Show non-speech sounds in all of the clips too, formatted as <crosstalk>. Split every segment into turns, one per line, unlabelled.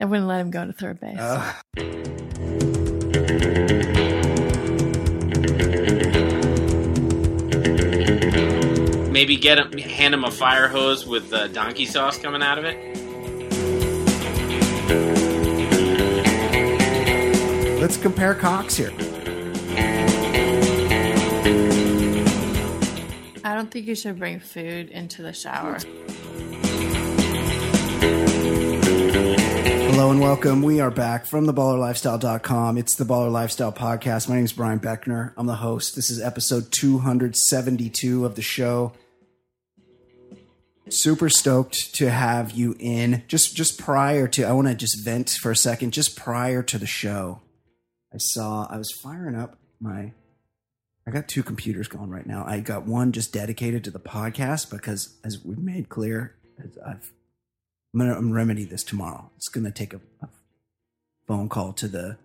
I wouldn't let him go to third base.
Ugh.
Maybe get him, hand him a fire hose with uh, donkey sauce coming out of it.
Let's compare Cox here.
I don't think you should bring food into the shower.
Hello and welcome. We are back from theballerlifestyle.com. It's the Baller Lifestyle Podcast. My name is Brian Beckner. I'm the host. This is episode 272 of the show. Super stoked to have you in. Just just prior to I want to just vent for a second. Just prior to the show, I saw I was firing up my I got two computers going right now. I got one just dedicated to the podcast because as we've made clear, as I've I'm gonna I'm remedy this tomorrow. It's gonna take a, a phone call to the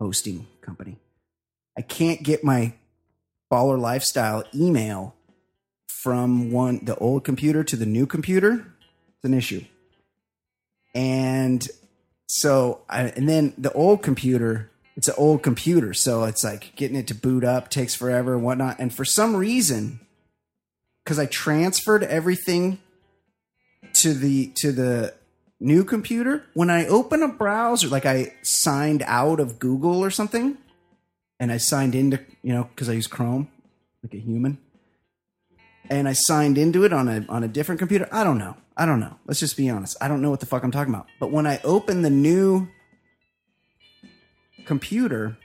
hosting company. I can't get my baller lifestyle email from one the old computer to the new computer. It's an issue. And so I and then the old computer, it's an old computer, so it's like getting it to boot up takes forever and whatnot. And for some reason, because I transferred everything to the to the new computer when i open a browser like i signed out of google or something and i signed into you know because i use chrome like a human and i signed into it on a on a different computer i don't know i don't know let's just be honest i don't know what the fuck i'm talking about but when i open the new computer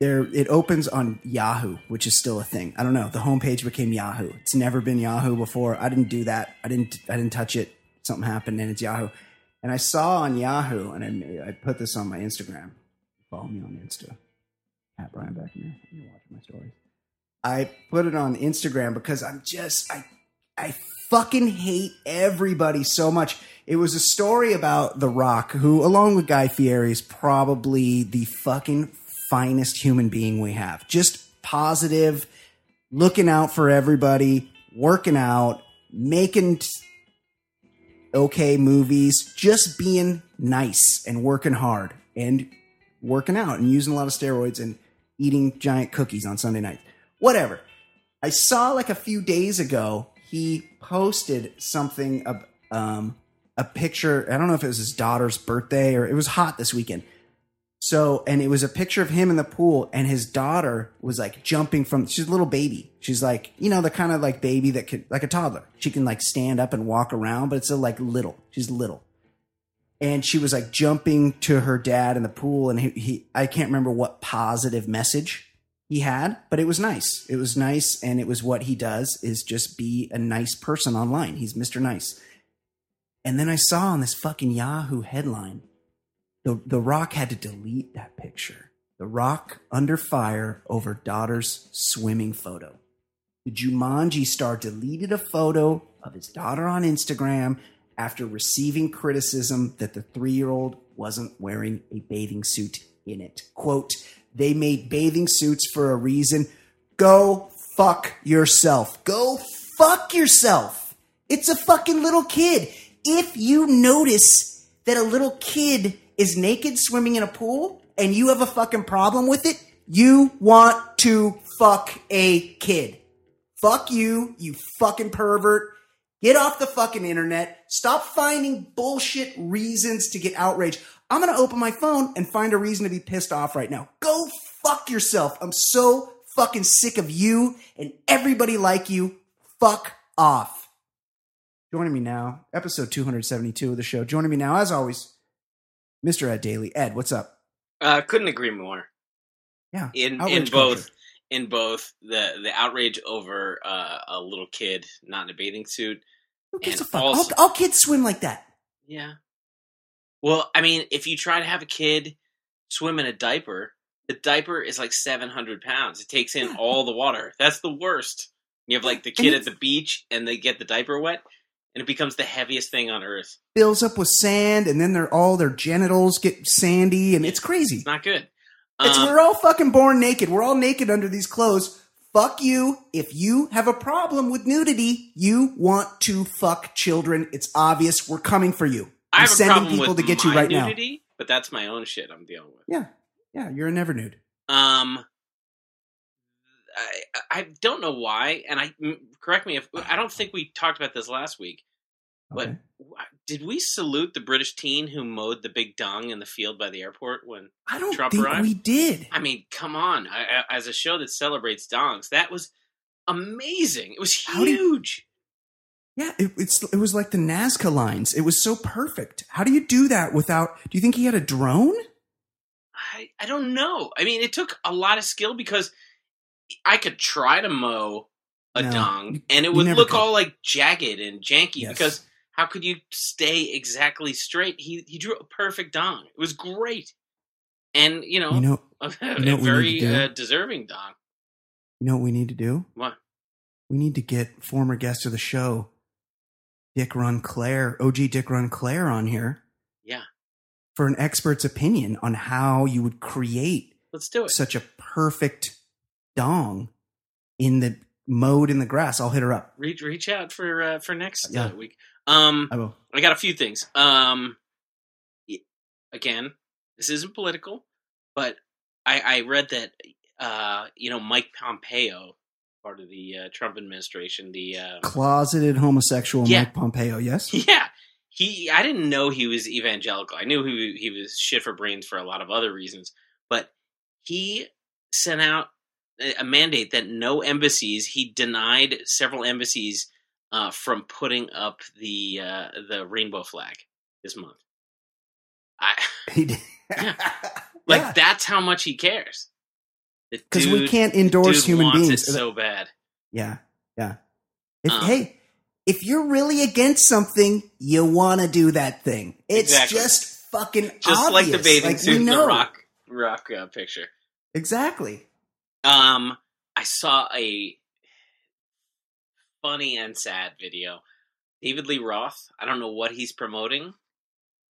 there it opens on Yahoo, which is still a thing. I don't know. The homepage became Yahoo. It's never been Yahoo before. I didn't do that. I didn't I didn't touch it. Something happened and it's Yahoo. And I saw on Yahoo, and I made, I put this on my Instagram. Follow me on Insta at Brian Beckner. You're watching my stories. I put it on Instagram because I'm just I I fucking hate everybody so much. It was a story about The Rock, who, along with Guy Fieri, is probably the fucking finest human being we have. Just positive, looking out for everybody, working out, making t- okay movies, just being nice and working hard and working out and using a lot of steroids and eating giant cookies on Sunday nights. Whatever. I saw like a few days ago he posted something of um, a picture. I don't know if it was his daughter's birthday or it was hot this weekend. So, and it was a picture of him in the pool, and his daughter was like jumping from. She's a little baby. She's like, you know, the kind of like baby that could, like a toddler. She can like stand up and walk around, but it's still like little. She's little and she was like jumping to her dad in the pool and he, he i can't remember what positive message he had but it was nice it was nice and it was what he does is just be a nice person online he's mr nice and then i saw on this fucking yahoo headline the, the rock had to delete that picture the rock under fire over daughter's swimming photo the Jumanji star deleted a photo of his daughter on Instagram after receiving criticism that the three year old wasn't wearing a bathing suit in it. Quote, they made bathing suits for a reason. Go fuck yourself. Go fuck yourself. It's a fucking little kid. If you notice that a little kid is naked swimming in a pool and you have a fucking problem with it, you want to fuck a kid. Fuck you, you fucking pervert. Get off the fucking internet. Stop finding bullshit reasons to get outraged. I'm going to open my phone and find a reason to be pissed off right now. Go fuck yourself. I'm so fucking sick of you and everybody like you. Fuck off. Joining me now, episode 272 of the show. Joining me now, as always, Mr. Ed Daly. Ed, what's up?
Uh, couldn't agree more.
Yeah,
In in
outrage
both
culture.
in both the the outrage over uh, a little kid not in a bathing suit.
Who gives a
And
fuck?
also-
all, all kids swim like that.
Yeah. Well, I mean, if you try to have a kid swim in a diaper, the diaper is like 700 pounds. It takes in
Yeah.
all the water. That's the worst. You have like the
And
kid at
it's-
the beach and they get the diaper wet and it becomes the heaviest thing on earth.
Fills up with sand, and then they're all their genitals get sandy, and it's crazy.
It's not good.
It's
Um,
we're all fucking born naked. We're all naked under these clothes. Fuck you. If you have a problem with nudity, you want to fuck children. It's obvious. We're coming for you.
I have a
sending
problem
people
with
to get you
my
right now.
nudity, but that's my own shit I'm dealing with.
Yeah, yeah, you're a never nude.
Um, I I don't know why, and I m- correct me if I don't think we talked about this last week. What?
Okay.
wh- Did we salute the British teen who mowed the big dung in the field by the airport? When
I don't
Trump
think
arrived?
we did.
I mean, come on! I, I, as a show that celebrates dongs, that was amazing. It was
How do you-
huge.
Yeah, it, it's it was like the Nazca lines. It was so perfect. How do you do that without? Do you think he had a drone?
I I don't know. I mean, it took a lot of skill because I could try to mow a
No,
dong,
you-
and it
you
would
never
look
could.
all like jagged and janky
Yes.
because how could you stay exactly straight? He he drew a perfect dong. It was great, and you know,
You know,
<laughs>
know what
a,
we need to
very
do?
uh, deserving dong.
you know what we need to do?
What?
We need to get former guest of the show, Dick Runclair, OG Dick Runclair, on here.
Yeah.
For an expert's opinion on how you would create
Let's do it.
such a perfect dong in the mode in the grass. I'll hit her up.
reach reach out for uh, for next
Yeah.
uh, week. Um,
I will.
I got a few things. Um, y- again, this isn't political, but I, I read that uh, you know Mike Pompeo, part of the uh, Trump administration, the uh,
Closeted homosexual
Yeah.
Mike Pompeo.
<laughs>
Yes.
yeah, he. I didn't know he was evangelical. I knew he he was shit for brains for a lot of other reasons, but he sent out a- a mandate that no embassies. He denied several embassies uh, from putting up the uh, the rainbow flag this month. I <laughs>
He did. <laughs>
like
Yeah.
that's how much he cares.
because we can't
endorse
endorse human
wants
beings.
It so bad.
yeah, yeah. If,
Um,
hey, if you're really against something, you want to do that thing. It's
Exactly.
just fucking
Just like the
obvious.
bathing
Like,
suit
we
in the
know.
rock rock uh, picture.
Exactly.
Um, I saw a funny and sad video. David Lee Roth. I don't know what he's promoting,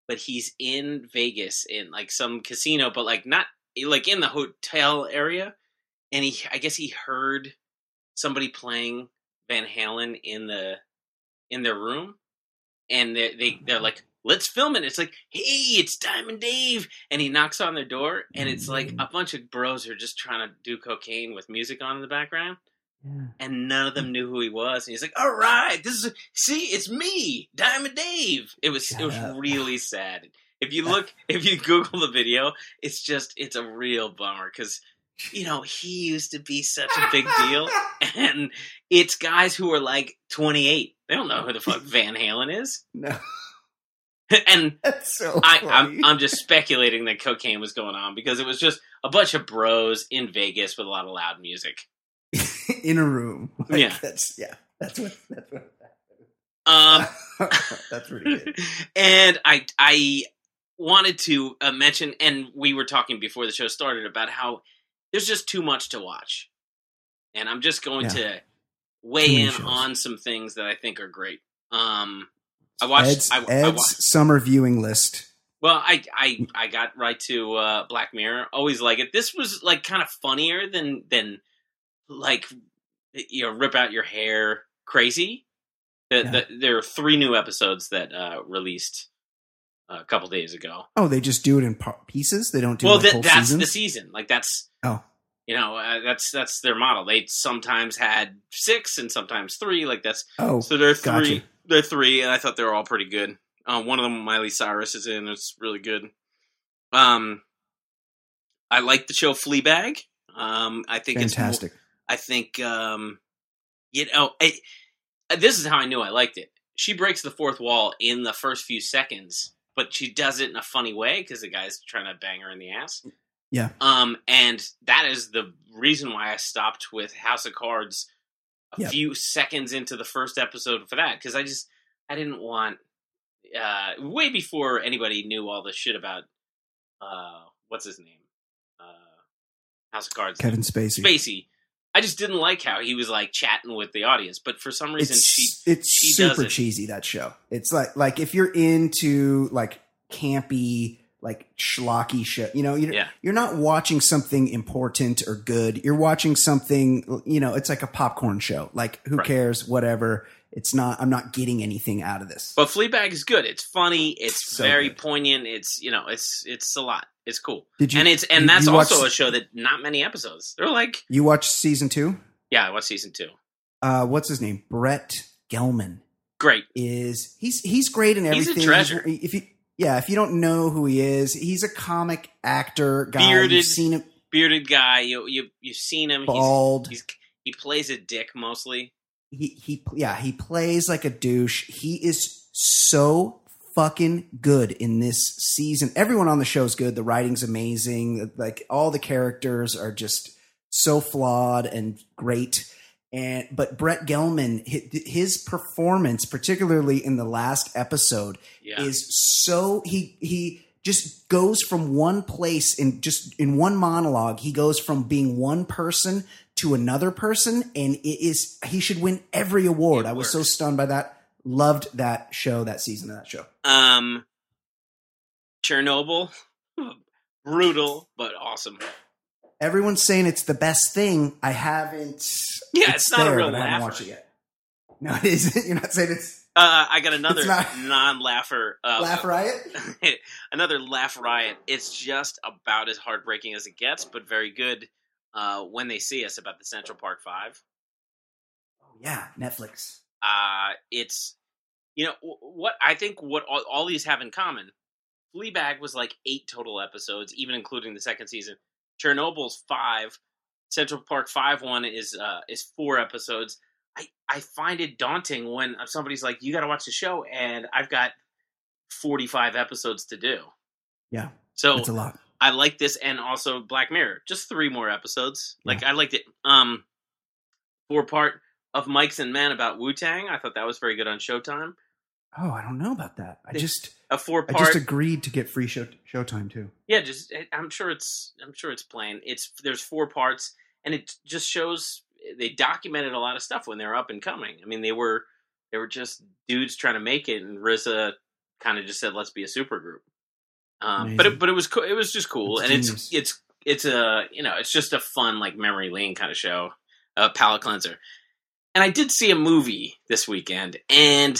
but he's in Vegas in like some casino, but like not like in the hotel area. And he, I guess he heard somebody playing Van Halen in the in their room, and they, they they're like, "Let's film it." It's like, "Hey, it's Diamond Dave," and he knocks on their door, and it's like
Mm.
a bunch of bros who are just trying to do cocaine with music on in the background, and none
Mm.
of them knew who he was. And he's like, "All right, this is see, it's me, Diamond Dave." It was
Shut
it was
up. <sighs>
really sad. If you look, <laughs> if you Google the video, it's just it's a real bummer because you know he used to be such a big deal and it's guys who are like 28. They don't know who
<laughs>
the fuck Van Halen is.
<laughs>
<laughs>
No,
and
that's so.
I,
funny.
I'm, I'm just speculating that cocaine was going on because it was just a bunch of bros in Vegas with a lot of loud music.
in a room.
Yeah.
that's yeah. That's what. That's what.
Um,
that's <laughs> pretty good.
<laughs> and I, I wanted to uh, mention, and we were talking before the show started about how there's just too much to watch. And I'm just going
Yeah.
to
Too
weigh
many
in
shows.
on some things that I think are great. Um, I watched.
Ed's,
I, I
Ed's
wa-
summer viewing list.
Well, I I I got right to uh, Black Mirror. Always like it. This was like kind of funnier than than like you know rip out your hair crazy. The,
Yeah.
the, there are three new episodes that uh, released uh, a couple days ago.
Oh, they just do it in par- pieces. They don't do
well,
like
that
whole
that's
seasons?
the season. Like that's
Oh.
you know uh, that's that's their model. They sometimes had six and sometimes three. Like that's
Oh,
so there are three.
gotcha.
There are three, and I thought they were all pretty good. Uh, one of them, Miley Cyrus, is in. It's really good. Um, I like the show Fleabag. Um, I think it's.
fantastic.
I think um, you know, I, this is how I knew I liked it. She breaks the fourth wall in the first few seconds, but she does it in a funny way because the guy's trying to bang her in the ass.
Yeah.
Um, and that is the reason why I stopped with House of Cards a
Yeah.
few seconds into the first episode for that because I just I didn't want uh way before anybody knew all the shit about uh what's his name uh House of Cards
Kevin Spacey.
Spacey. I just didn't like how he was like chatting with the audience, but for some reason
it's,
she
it's
she does
super
it.
cheesy that show. It's like like if you're into like campy like schlocky shit, you know, you're
Yeah.
you're not watching something important or good. You're watching something, you know, it's like a popcorn show. Like who
Right.
cares, whatever. It's not. I'm not getting anything out of this.
But Fleabag is good. It's funny. It's
So
very
good.
poignant. It's you know, it's it's a lot. It's cool.
Did you?
and it's and
you-
that's
you watched-
also a show that not many episodes. They're like,
you watched season two.
yeah, I watched season two.
Uh, what's his name? Brett Gelman
Great.
is he's he's great in
He's a
everything.
treasure.
If you yeah, if you don't know who he is, he's a comic actor guy.
Bearded.
You've seen him
Bearded guy. You you you've seen him.
bald.
He's, he's he plays a dick mostly.
he he yeah he plays like a douche he is so fucking good in this season everyone on the show's good the writing's amazing like all the characters are just so flawed and great and but Brett Gelman hi- his performance particularly in the last episode
Yeah.
is so he he just goes from one place in just in one monologue he goes from being one person to another person and it is he should win every award
It
i was so
works.
stunned by that loved that show that season of that show
um Chernobyl. <laughs> Brutal, but awesome.
everyone's saying it's the best thing i haven't
Yeah, it's not a real
but i haven't
laugher.
watched it yet no it isn't <laughs> you're not saying it's
Uh, I got another
It's not- <laughs>
non-laugher. Uh,
laugh riot
<laughs> another laugh riot. It's just about as heartbreaking as it gets, but very good. Uh, when they see us about the Central Park Five,
yeah netflix
uh, it's you know wh- what I think what all, all these have in common. Fleabag was like eight total episodes, even including the second season. Chernobyl's five. Central Park Five one is uh, is four episodes. I I find it daunting when uh, somebody's like, "You got to watch the show," and I've got forty five episodes to do.
Yeah,
So
it's a lot
I like this and also Black Mirror. Just three more episodes. Like I liked it. Um four part of Mike's and Men about Wu Tang. I thought that was very good on Showtime.
oh i don't know about that i
They-
just
A four
i
part
just agreed to get free show showtime too
Yeah, just eh, I'm sure it's I'm sure it's plain. It's there's four parts and it just shows eh, they documented a lot of stuff when they were up and coming. I mean they were they were just dudes trying to make it and RZA kind of just said let's be a supergroup. Um,
Amazing.
but it, but it was cool. It was just cool,
That's
and
genius.
it's it's it's a you know it's just a fun like memory lane kind of show, a palate cleanser. And I did see a movie this weekend, and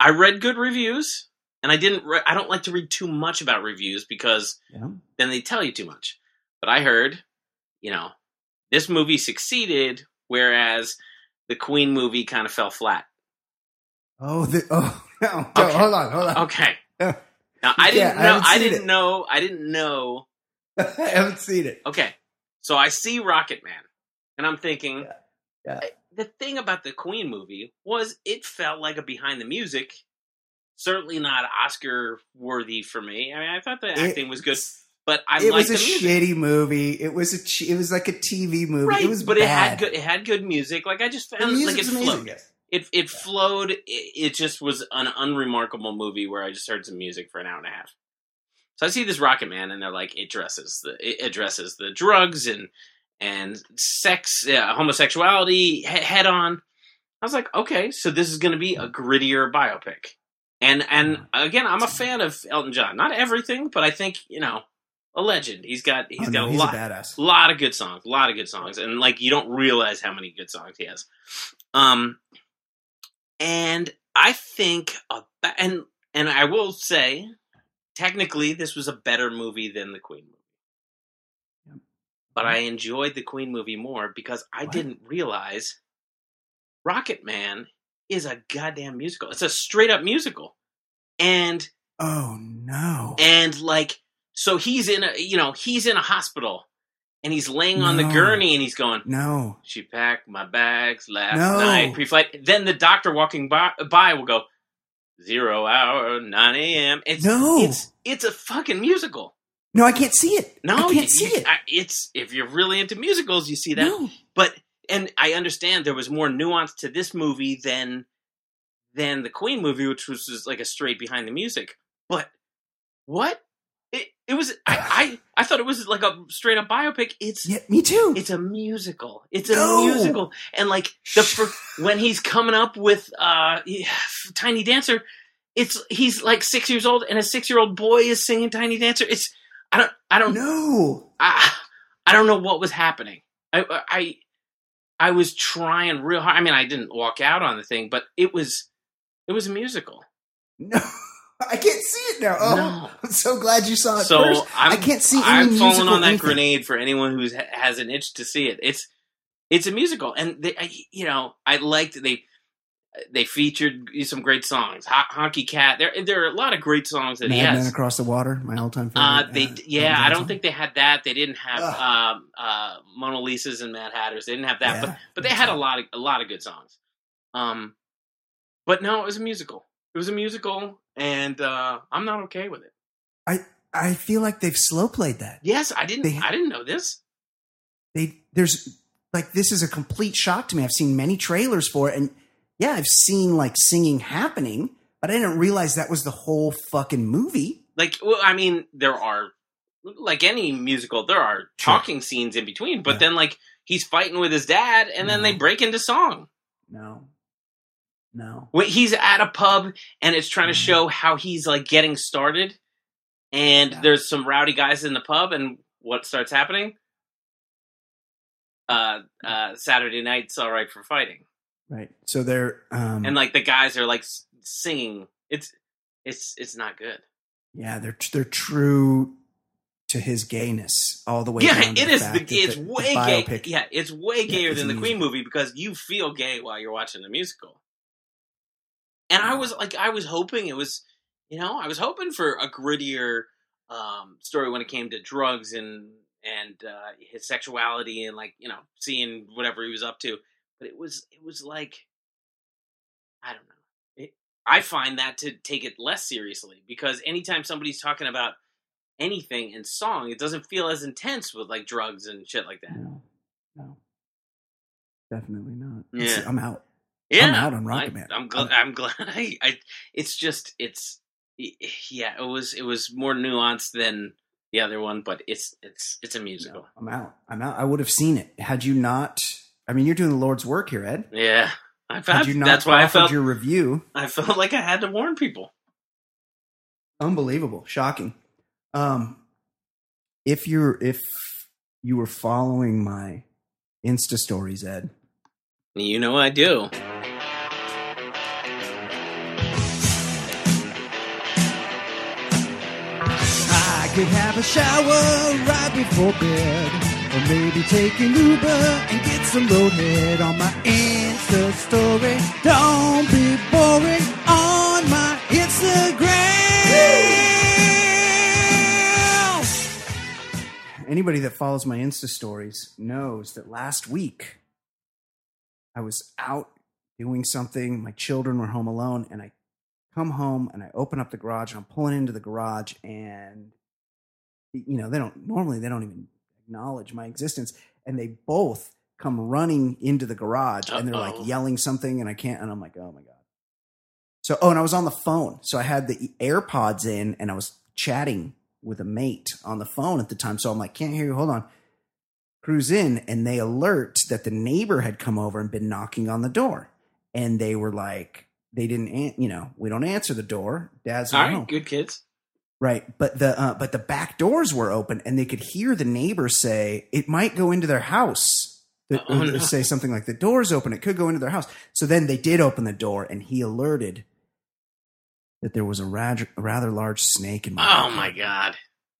I read good reviews, and I didn't. Re- I don't like to read too much about reviews because
yeah
then they tell you too much. But I heard, you know, this movie succeeded, whereas the Queen movie kind of fell flat.
<laughs> Oh, the, oh, <laughs> no, no,
Okay.
hold on, hold on.
Okay.
Yeah.
Now I
Yeah,
didn't
I
know.
haven't
I,
seen
didn't
it.
know. I didn't know
<laughs> I haven't seen it.
Okay, so I see Rocket Man, and I'm thinking,
Yeah, yeah.
I- the thing about the Queen movie was it felt like a behind the music. Certainly not Oscar worthy for me. I mean, I thought the
It-
acting was good, but I
it
liked
was
the
a
music.
shitty movie. It was a ch- it was like a TV movie.
right,
it was
but it had
bad.
good. It had good music. Like I just
The
found like it
music's amazing.
flowed.
yes.
It it flowed. It, it just was an unremarkable movie where I just heard some music for an hour and a half. So I see this Rocket Man, and they're like, it addresses the it addresses the drugs and and sex, uh, homosexuality he- head on. I was like, okay, so this is going to be a grittier biopic. And and again, I'm a fan of Elton John. Not everything, but I think you know, a legend. He's got
Oh,
he's
no,
got
he's
a lot
a badass.
a lot of good songs, a lot of good songs, and like you don't realize how many good songs he has. Um, and I think a, and and I will say, technically, this was a better movie than the Queen
Yep.
movie. But I enjoyed the Queen movie more because I
What?
didn't realize Rocket Man is a goddamn musical. It's a straight up musical, and
Oh no!
and like so he's in a you know he's in a hospital and he's laying on
No.
the gurney and he's going
no.
she packed my bags last
No.
night pre-flight then the doctor walking by, by will go zero hour 9 a.m it's
No.
it's it's a fucking musical
No, I can't see it.
no
I
you-
can't see
you-
it.
I- it's if you're really into musicals you see that
no.
but and I understand there was more nuance to this movie than than the Queen movie, which was just like a straight behind the music. But what it it was I I, I thought it was like a straight up biopic. It's
Yeah, me too.
it's a musical. It's a
No.
musical, and like the fir- when he's coming up with uh <sighs> Tiny Dancer, it's he's like six years old, and a six year old boy is singing Tiny Dancer. It's I don't I don't
no.
I I don't know what was happening. I I I was trying real hard. I mean, I didn't walk out on the thing, but it was it was a musical.
No, <laughs> I can't see it now. Oh,
No.
I'm so glad you saw it
So
first.
I'm,
I can't see any
I'm falling
musical
on that
anything.
grenade for anyone who has an itch to see it. It's it's a musical, and they, I, you know, I liked they they featured some great songs. Ho- Honky Cat. There there are a lot of great songs that
Mad
he has.
Men Across the Water, my all-time favorite.
Uh, they yeah, I
Elton John
don't
song.
think they had that. They didn't have
Ugh.
um, uh, Mona Lisa's and Mad Hatters. They didn't have that,
Yeah,
but but they
that's
had a
right.
lot of a lot of good songs. Um, but no, it was a musical. It was a musical, and uh, I'm not okay with it.
I feel like they've slow played that.
Yes, I didn't.
They-
I didn't know this.
They there's like this is a complete shock to me. I've seen many trailers for it, and yeah, I've seen like singing happening, but I didn't realize that was the whole fucking movie.
Like, well, I mean, there are like any musical, there are
Sure.
talking scenes in between, but
Yeah.
then like he's fighting with his dad, and then
Mhm.
they break into song.
No, no.
when he's at a pub and it's trying to
Mhm.
show how he's like getting started and
Yeah.
there's some rowdy guys in the pub and what starts happening uh uh saturday night's all right for fighting
Right. So they're um,
and like the guys are like s- singing it's it's it's not good
yeah, they're they're true to his gayness all the way.
yeah
down to
it
the
is
fact
the,
that
it's
the- the
way gay
biopic-
yeah it's way gayer
it's
than
a
the queen movie because you feel gay while you're watching the musical and i was like i was hoping it was you know i was hoping for a grittier um story when it came to drugs and and uh his sexuality and like you know seeing whatever he was up to but it was it was like i don't know it, i find that to take it less seriously because anytime somebody's talking about anything in song it doesn't feel as intense with like drugs and shit like that
No, no, definitely not.
Yeah.
It's- I'm out.
yeah
I'm out on
I,
Rocket Man.
am glad i'm <laughs> glad I, I it's just it's yeah it was it was more nuanced than the other one but it's it's it's a musical
No, I'm out. I'm out. I would have seen it had you not. I mean, you're doing the Lord's work here, Ed.
Yeah, I
Had
felt
you not
that's why I
offered
felt
your review.
I felt like I had to warn people.
Unbelievable, shocking. Um, if you're if you were following my Insta stories, Ed,
You know I do.
I could have a shower right before bed. Or maybe take an Uber and get some roadhead on my Insta story. Don't be boring on my Instagram.
anybody that follows my Insta stories knows that last week I was out doing something. My children were home alone, and I come home and I open up the garage and I'm pulling into the garage, and you know they don't normally they don't even acknowledge my existence, and they both come running into the garage and they're
Uh-oh.
like yelling something, and I can't, and I'm like, oh my god. So oh, and I was on the phone, so I had the e, AirPods in, and I was chatting with a mate on the phone at the time. So I'm like, can't hear you. Hold on. Cruise in and they alert that the neighbor had come over and been knocking on the door. And they were like, they didn't, an- you know, we don't answer the door. Dad's
All
not
right,
home.
good kids.
Right. But the, uh, but the back doors were open and they could hear the neighbor say, it might go into their house. The,
Oh,
or
no.
Say something like, the door's open. It could go into their house. So then they did open the door and he alerted that there was a rather, rather large snake in my
Oh
backyard.
my god,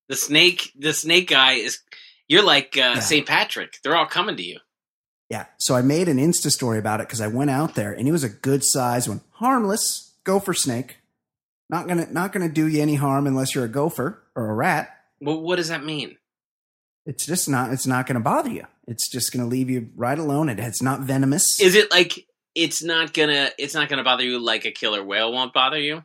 the snake, the snake guy is. You're like uh, Saint Patrick. They're all coming to you.
Yeah. So I made an Insta story about it because I went out there and it was a good size one. Harmless gopher snake. Not gonna not gonna do you any harm unless you're a gopher or a rat.
Well, what does that mean?
It's just not it's not gonna bother you. It's just gonna leave you right alone. It, it's not venomous.
Is it like it's not gonna it's not gonna bother you like a killer whale won't bother you?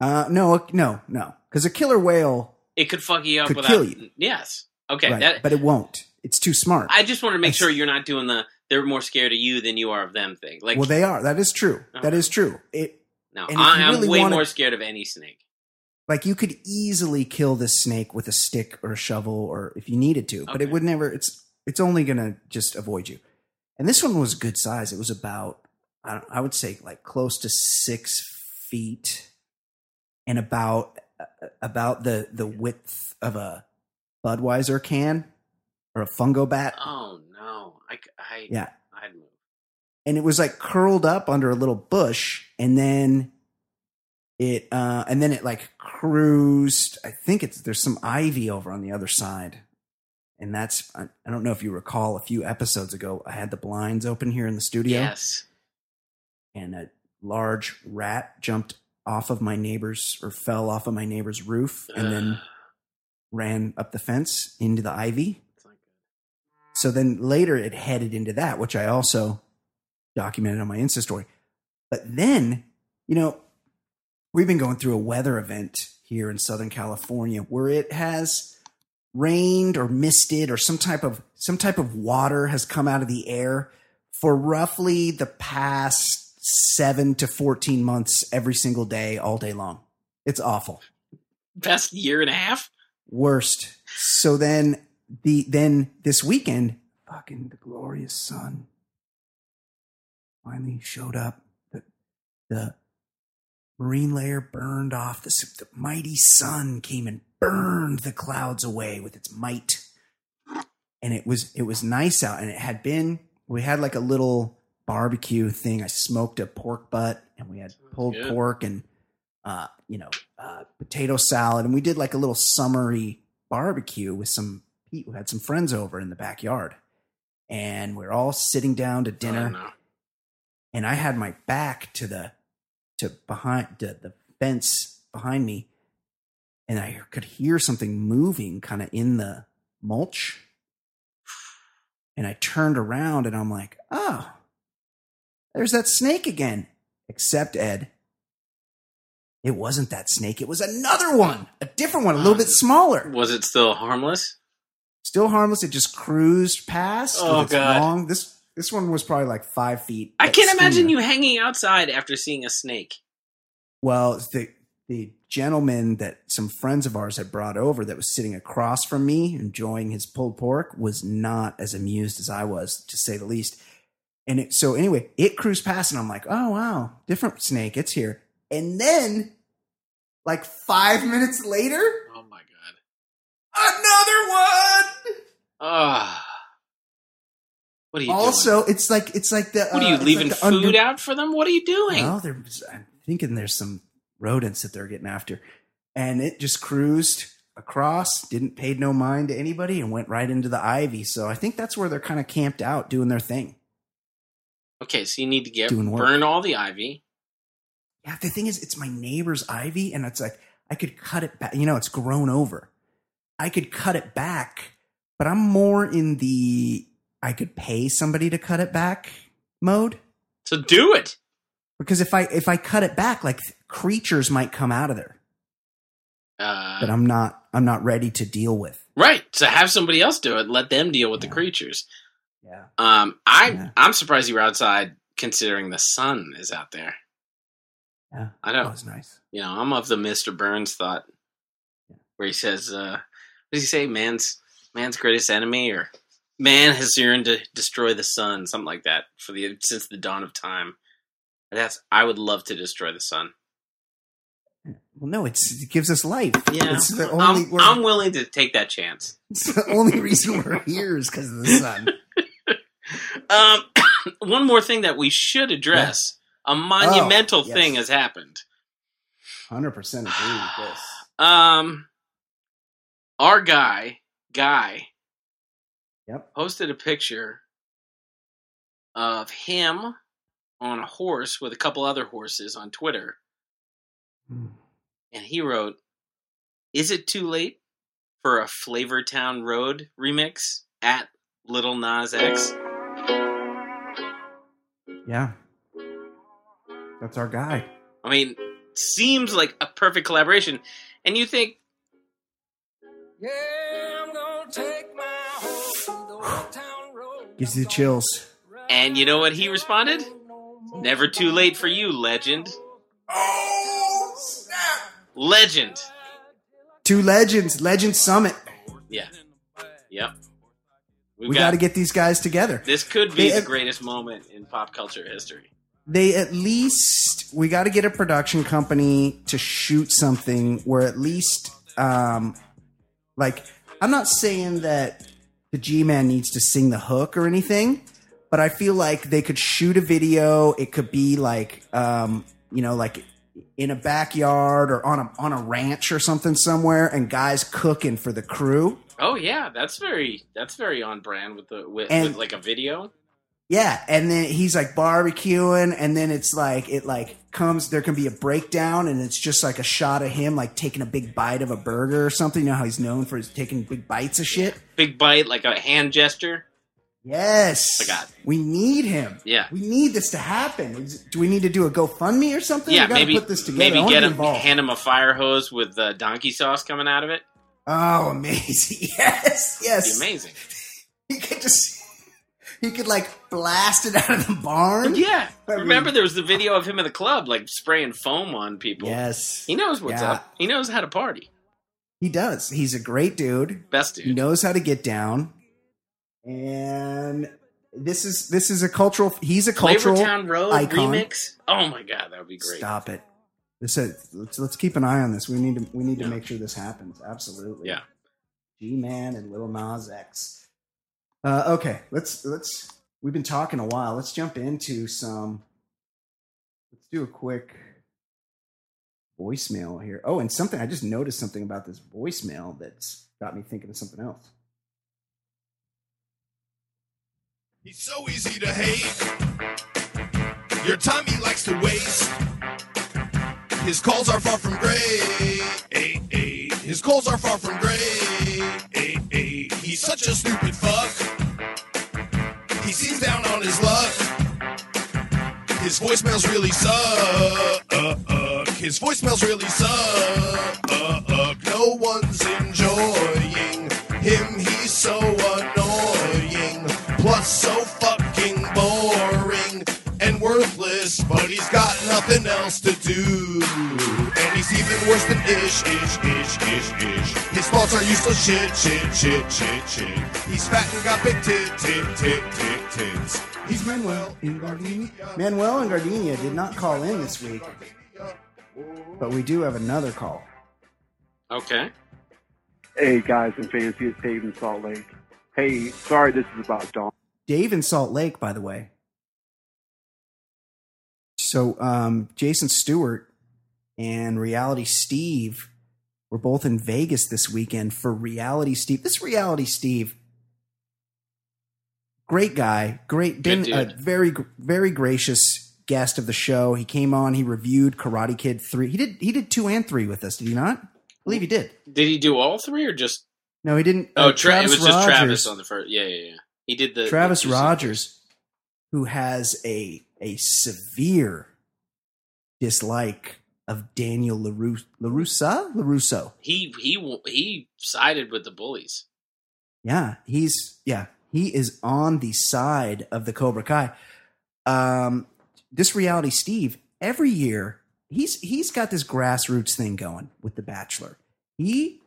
uh no, no, no. Because a killer whale
It could fuck you up
Could
without.
kill you.
Yes. Okay.
right,
That.
but it won't. It's too smart.
I just wanted to make
It's-
sure you're not doing the they're more scared of you than you are of them thing. Like Uh-huh.
well they are. That is true. That
Okay.
is true. It
no,
and if
I,
you
am
really
way
wanted-
more scared of any snake.
like you could easily kill this snake with a stick or a shovel or if you needed to but it
Okay.
would never it's it's only gonna just avoid you and this one was good size it was about i, don't, I would say like close to six feet and about uh, about the the width of a budweiser can or a fungo bat
Oh no! I, c- I,
Yeah.
I'd move.
and it was like curled up under a little bush and then it uh and then it like cruised i think it's there's some ivy over on the other side and that's i, I don't know if you recall a few episodes ago i had the blinds open here in the studio
Yes.
and a large rat jumped off of my neighbor's or fell off of my neighbor's roof and then
Ugh,
ran up the fence into the ivy
it's not good.
so then later it headed into that, which I also documented on my Insta story. But then, you know, we've been going through a weather event here in Southern California where it has rained or misted or some type of some type of water has come out of the air for roughly the past 7 to 14 months every single day all day long. It's awful
Best year and a half.
worst. So then the then this weekend, fucking the glorious sun finally showed up. The the marine layer burned off. The, s- the mighty sun came and burned the clouds away with its might. And it was it was nice out, and it had been we had like a little barbecue thing. I smoked a pork butt, and we had pulled
Good.
pork and uh, you know uh, potato salad, and we did like a little summery barbecue with some Pete who had some friends over in the backyard, and we're all sitting down to
I
dinner
don't know.
and I had my back to the to behind to the fence behind me, and I could hear something moving kind of in the mulch. And I turned around and I'm like, oh, there's that snake again. Except Ed, it wasn't that snake. It was another one, a different one, a little bit smaller.
Was it still harmless?
Still harmless. It just cruised past.
Oh,
with its
God.
Long. This this one was probably like five feet.
I
That
can't imagine
stinger.
you hanging outside after seeing a snake.
Well, the the gentleman that some friends of ours had brought over that was sitting across from me enjoying his pulled pork was not as amused as I was, to say the least. And it, so anyway, it cruised past and I'm like, oh wow, different snake, it's here. And then like five minutes later,
Oh my god.
another one.
Ah. What are you doing?
Also, it's like it's like the
What are
uh,
you
it's
leaving
like the
food
under-
out for them? What are you doing?
Well, there's, I'm thinking there's some rodents that they're getting after. And it just cruised across, didn't pay no mind to anybody, and went right into the ivy. So I think that's where they're kind of camped out doing their thing.
okay, so you need to get
Doing work.
burn all the ivy.
Yeah, the thing is, it's my neighbor's ivy, and it's like I could cut it back. You know, it's grown over. I could cut it back, but I'm more in the I could pay somebody to cut it back mode.
So do it.
Because if I if I cut it back, like creatures might come out of there. that
Uh,
I'm not I'm not ready to deal with.
right. So have somebody else do it. Let them deal with
Yeah.
the creatures.
Yeah.
Um, I
Yeah.
I'm surprised you were outside considering the sun is out there.
Yeah.
I
That
know.
was nice.
You know, I'm of the Mr. Burns thought where he says, uh, what does he say? Man's man's greatest enemy or man has yearned to destroy the sun, something like that for the since the dawn of time. And that's I would love to destroy the sun.
Well, no, it's it gives us life.
Yeah.
It's the only
I'm,
we're,
I'm willing to take that chance.
it's the only reason we're here is because of the sun.
Um, <coughs> one more thing that we should address. A monumental
Oh, yes.
thing has happened.
Hundred percent agree with this.
Um, our guy, guy,
Yep.
posted a picture of him on a horse with a couple other horses on Twitter, and he wrote, "Is it too late for a Flavortown Road remix?" At Little Nas X.
Yeah. That's our guy.
I mean, seems like a perfect collaboration, and you think
Yeah, I'm gonna take my horse to the old town road.
Gives you the chills.
And you know what he responded? Never too late for you, legend.
Oh snap!
Legend.
Two legends, Legend Summit.
Yeah. Yep. We've
We got to get these guys together.
this could be
They-
the greatest moment in pop culture history.
they at least we got to get a production company to shoot something where at least um like i'm not saying that the G Man needs to sing the hook or anything, but I feel like they could shoot a video. It could be like, um, you know, like in a backyard or on a on a ranch or something somewhere, and guys cooking for the crew.
Oh yeah, that's very that's very on brand with the with,
And-
with like a video.
Yeah, and then he's like barbecuing, and then it's like it like comes. There can be a breakdown, and it's just like a shot of him like taking a big bite of a burger or something. You know how he's known for his taking big bites of shit.
Big bite, like a hand gesture.
Yes,
I got it.
we need him.
Yeah.
we need this to happen. Is- Do we need to do a GoFundMe or something?
yeah,
we gotta
maybe
put this together. I
maybe
wanna
get
be
him
involved.
hand him a fire hose with uh, donkey sauce coming out of it.
oh, amazing! <laughs> Yes,
It'd
yes.
be amazing.
He could just he could like blast it out of the barn.
Yeah,
<laughs> I mean-
remember there was the video of him in the club, like spraying foam on people.
Yes,
He knows what's
Yeah.
up. He knows how to party.
he does. He's a great dude.
Best dude.
He knows how to get down. And this is this is a cultural. He's a cultural.
Flavortown Road
icon.
remix. Oh my god, that would be great.
Stop it. This is, let's let's keep an eye on this. We need to we need to
Yeah.
make sure this happens. Absolutely.
Yeah.
G Man and Little Nas X. Uh, okay, let's let's. We've been talking a while. Let's jump into some. Let's do a quick voicemail here. Oh, and something I just noticed something about this voicemail that's got me thinking of something else.
He's so easy to hate. Your time he likes to waste. His calls are far from great. Ay, ay. His calls are far from great. Ay, ay. He's such a stupid fuck. He seems down on his luck. His voicemails really suck. His voicemails really suck. No one's enjoying him. He's so annoying. Plus, so fucking boring and worthless. But he's got nothing else to do. And he's even worse than ish, ish, ish, ish, ish. His thoughts are useless shit, shit, shit, shit, shit. He's fat and got big tit, tit, tit, tit, tits. He's Manuel in Gardenia.
Manuel and Gardenia did not call in this week, but we do have another call.
Okay.
Hey guys in fantasy, it's Dave in Salt Lake. Hey, sorry this is about Dawn.
Dave in Salt Lake, by the way. So, um, Jason Stewart and Reality Steve were both in Vegas this weekend for Reality Steve. This Reality Steve, great guy, great, been
Good
a
dude.
very, very gracious guest of the show. He came on, he reviewed Karate Kid three. He did, he did two and three with us. Did he not? I believe he did.
Did he do all three or just?
No, he didn't.
Oh,
uh,
Tra- it was just
Rogers-
Travis on the first. Yeah, yeah, yeah. He did the
Travis
the two
Rogers, who has a a severe dislike of Daniel LaRu- LaRussa? LaRusso.
He he w- he sided with the bullies.
Yeah, he's yeah, he is on the side of the Cobra Kai. Um this reality Steve, every year he's he's got this grassroots thing going with The Bachelor. He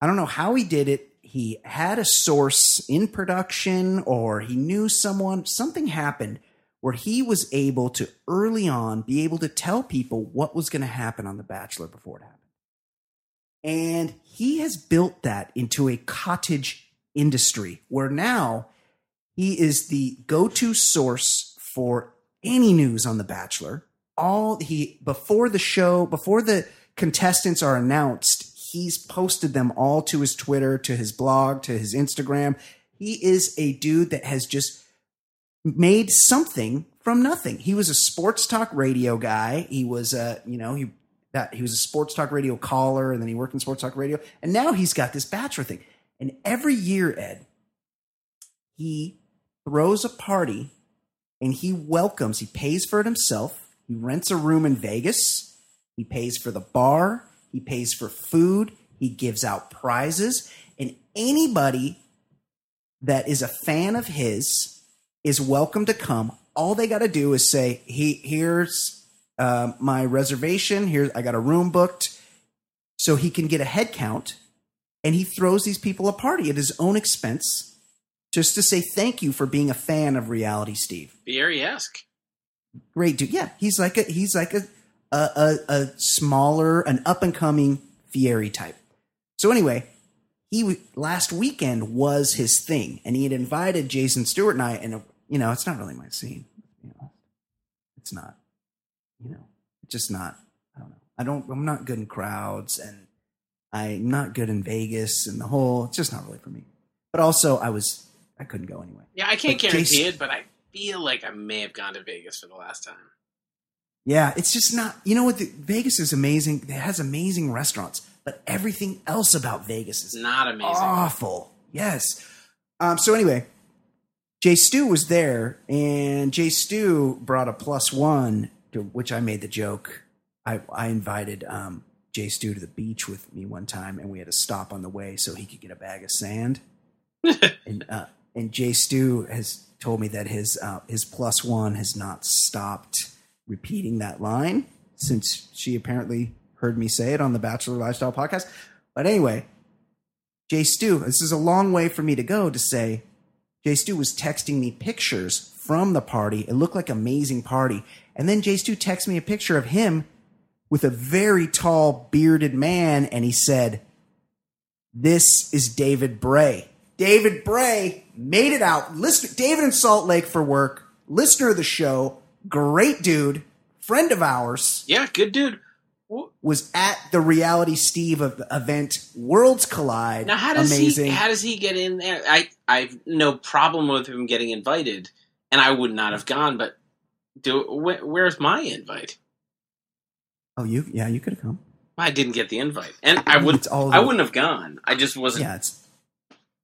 I don't know how he did it. He had a source in production or he knew someone, something happened where he was able to early on be able to tell people what was going to happen on The Bachelor before it happened. And he has built that into a cottage industry where now he is the go-to source for any news on The Bachelor. All he before the show, before the contestants are announced, he's posted them all to his Twitter, to his blog, to his Instagram. He is a dude that has just made something from nothing. He was a sports talk radio guy. He was a, you know, he that he was a sports talk radio caller and then he worked in sports talk radio and now he's got this bachelor thing. And every year, Ed, he throws a party and he welcomes, he pays for it himself. He rents a room in Vegas. He pays for the bar. He pays for food. He gives out prizes. And anybody that is a fan of his is welcome to come. All they got to do is say, he, here's uh, my reservation. Here's, I got a room booked. So he can get a head count and he throws these people a party at his own expense just to say thank you for being a fan of reality steve
Barry esque.
great dude. Yeah, he's like a he's like a a, a, a smaller, an up and coming Fieri type. So anyway, he w- last weekend was his thing, and he had invited Jason Stewart and I. And you know, it's not really my scene. You know, it's not. You know, it's just not. I don't know. I don't. I'm not good in crowds, and I'm not good in Vegas, and the whole. It's just not really for me. But also, I was. I couldn't go anyway.
Yeah, I can't
But
guarantee
Jason-
it, but I feel like I may have gone to Vegas for the last time.
Yeah, it's just not. You know what? The, Vegas is amazing. It has amazing restaurants, but everything else about Vegas
It's
is
not amazing.
awful. Yes. Um, so anyway, Jay Stu was there, and Jay Stu brought a plus one, to which I made the joke. I, I invited um, Jay Stu to the beach with me one time, and we had to stop on the way so he could get a bag of sand. and uh, and Jay Stu has told me that his uh, his plus one has not stopped repeating that line since she apparently heard me say it on the Bachelor Lifestyle podcast. But anyway, Jay Stu, this is a long way for me to go to say Jay Stu was texting me pictures from the party. It looked like an amazing party. And then Jay Stu texted me a picture of him with a very tall, bearded man, and he said, This is David Bray. David Bray made it out. Listener, David in Salt Lake for work, listener of the show, great dude, friend of ours
Yeah, good dude. Wh-
was at the reality Steve of the event Worlds Collide.
Now, how does
Amazing.
he? How does he get in there? I I've no problem with him getting invited, and I would not have gone. But do wh- where's my invite?
oh, you? Yeah, you could have come.
I didn't get the invite, and I would.
It's all
I
the-
wouldn't have gone. I just wasn't.
Yeah, it's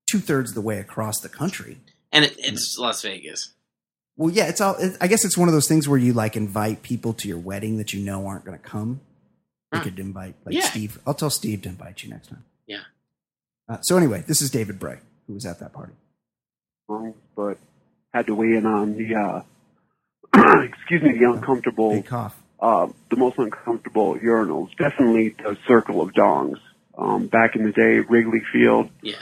two thirds of the way across the country.
And it, it's Las Vegas.
Well, yeah, it's all. It, I guess it's one of those things where you like invite people to your wedding that you know aren't going to come. You
Huh.
could invite like
Mm. Yeah.
Steve. I'll tell Steve to invite you next time.
Yeah.
Uh, so anyway, this is David Bray who was at that party.
Nice, but had to weigh in on the, uh, <clears throat> excuse me, the uncomfortable
Big cough.
uh, the most uncomfortable urinals. Definitely the circle of dongs. Um, back in the day, Wrigley Field.
Yeah.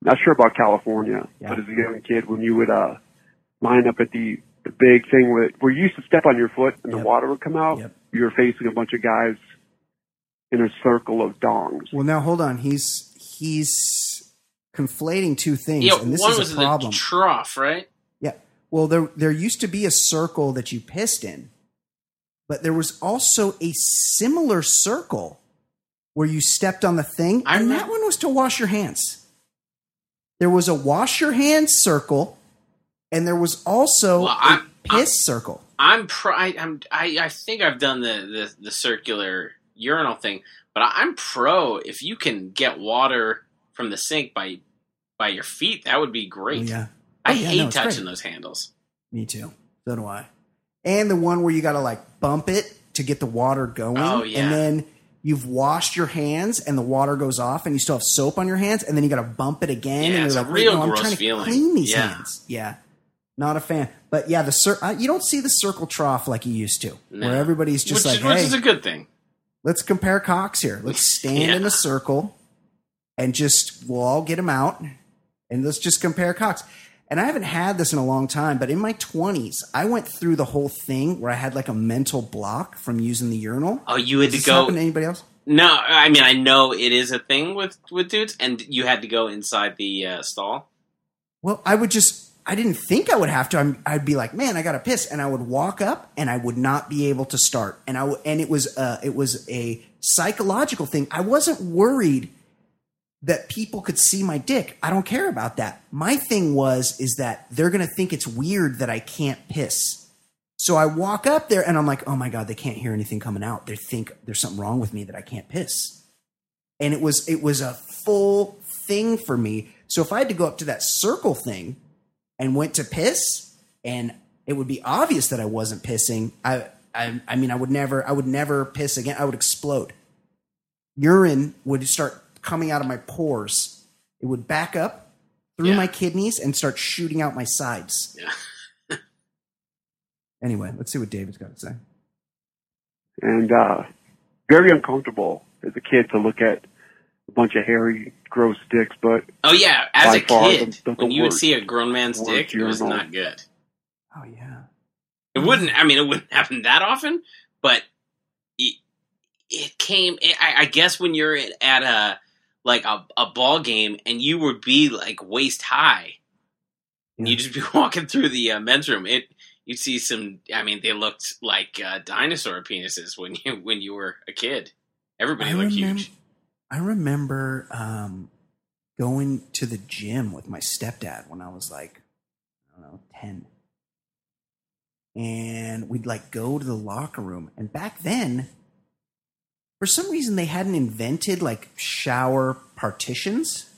Not sure about California,
Yeah.
but as a young kid, when you would uh, line up at the the big thing with where you used to step on your foot and
Yep.
the water would come out,
Yep.
you were facing a bunch of guys in a circle of dongs.
Well, now hold on. He's he's conflating two things,
Yeah,
and this
one
is
was
a
in
problem.
the trough, right?
Yeah. Well, there there used to be a circle that you pissed in, but there was also a similar circle where you stepped on the thing,
I
and that
remember-
one was to wash your hands. There was a wash your hands circle, and there was also
Well, I'm-
a piss circle.
I'm pro- I, I'm I, I think I've done the, the the circular urinal thing, but I- I'm pro if you can get water from the sink by by your feet. That would be great.
Oh, yeah,
I
Oh, yeah,
hate
no, it's
touching
great.
those handles.
me too. So do I. And the one where you got to like bump it to get the water going,
Oh, yeah.
and then. You've washed your hands and the water goes off, and you still have soap on your hands, and then you got to bump it again.
Yeah,
and
it's
you're
a
like, wait,
real
no, I'm
gross
trying to
feeling.
clean these
Yeah.
hands. Yeah, not a fan. But yeah, the cir- uh, you don't see the circle trough like you used to,
No.
where everybody's just
which,
like,
which
hey,
is a good thing.
let's compare cocks here.
<laughs>
Let's stand
Yeah.
in a circle and just we'll all get them out and let's just compare cocks. And I haven't had this in a long time, but in my 20s, I went through the whole thing where I had like a mental block from using the urinal.
Oh, you had
Does this
to go.
happen to anybody else?
No, I mean I know it is a thing with with dudes, and you had to go inside the uh, stall.
Well, I would just, I didn't think I would have to. I'm, I'd be like, man, I got to piss. And I would walk up and I would not be able to start. And I, w- and it was, uh, it was a psychological thing. I wasn't worried that people could see my dick. I don't care about that. My thing was, is that they're going to think it's weird that I can't piss. So I walk up there and I'm like, oh my God, they can't hear anything coming out. They think there's something wrong with me that I can't piss and it was it was a full thing for me. So if I had to go up to that circle thing and went to piss, and it would be obvious that I wasn't pissing. I I, I mean I would never I would never piss again. I would explode. Urine would start coming out of my pores. It would back up through
Yeah.
my kidneys and start shooting out my sides. anyway, let's see what David's got to say.
and uh, very uncomfortable as a kid to look at a bunch of hairy, gross dicks. But
Oh yeah, as
By
a
far
kid,
the- the- the
when you would
worst-
see a grown man's
worst
dick, it was
urinal.
not good.
Oh yeah.
It wouldn't. I mean, it wouldn't <laughs> happen that often, but it, it came. I, I guess when you're at, at a like a, a ball game and you would be like waist high and you'd just be <laughs> walking through the uh, men's room it you'd see some i mean they looked like uh, dinosaur penises when you when you were a kid everybody
I remem-
looked huge
I remember um, going to the gym with my stepdad when I was like, I don't know, 10. And we'd like go to the locker room. And back then, for some reason, they hadn't invented like shower partitions.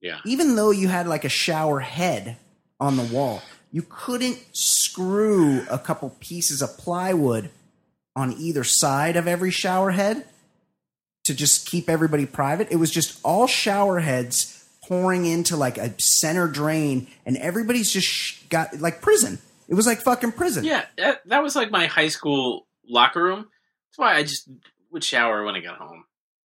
yeah
Even though you had like a shower head on the wall, you couldn't screw a couple pieces of plywood on either side of every shower head to just keep everybody private. It was just all shower heads pouring into like a center drain, and everybody's just sh- got like prison. It was like fucking prison.
yeah that, that was like my high school locker room that's why i just would shower when i got home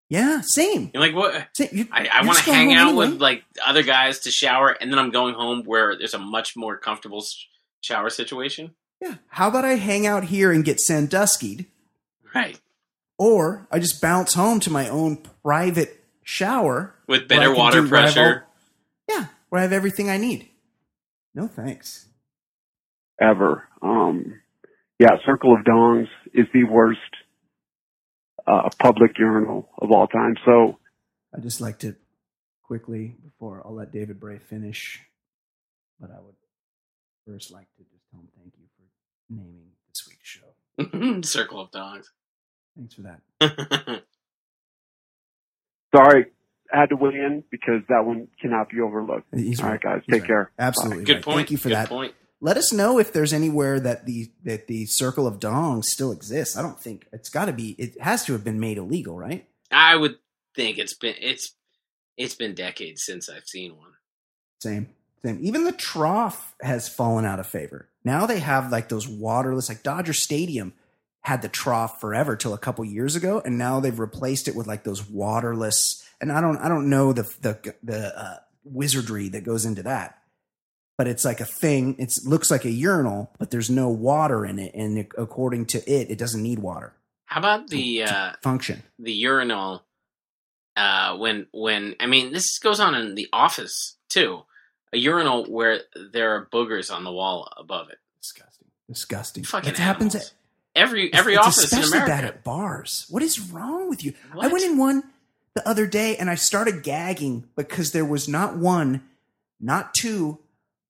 yeah, same.
and like what
Same. You-
I,
you're
I want
just
to
going home
hang out
anyway.
with like other guys to shower, and then I'm going home where there's a much more comfortable s- shower situation.
Yeah. How about I hang out here and get sanduskied,
Right.
or I just bounce home to my own private shower
With
where I
better
can
water
do what I've
pressure.
al- yeah, where I have everything I need. No thanks.
ever. Um, yeah, Circle of Dongs is the worst uh, public urinal of all time. So
I just like to quickly before I'll let David Bray finish, but I would first like to just tell him thank you for naming this week's show. <laughs>
<laughs> Circle of dogs.
Thanks for that.
sorry, I had to weigh in because that one cannot be overlooked.
He's
All right, guys,
He's
take
right.
care.
Absolutely.
Good
right.
point.
Thank you for
Good
that.
point.
Let us know if there's anywhere that the that the circle of dong still exists. I don't think it's got to be. It has to have been made illegal, right?
I would think it's been it's it's been decades since I've seen one.
Same, same. Even the trough has fallen out of favor. Now they have like those waterless, like Dodger Stadium had the trough forever till a couple years ago, and now they've replaced it with like those waterless. And I don't, I don't know the the the uh, wizardry that goes into that, but it's like a thing. It looks like a urinal, but there's no water in it, and according to it, it doesn't need water
How about
<laughs>
the uh,
to function.
the urinal uh when when i mean this goes on in the office too a urinal where there are boogers on the wall above it
Disgusting, disgusting.
fucking
it happens at
animals. every every
It's
office in
especially
america
bad at bars. What is wrong with you? I
What?
went in one the other day and I started gagging because there was not one, not two,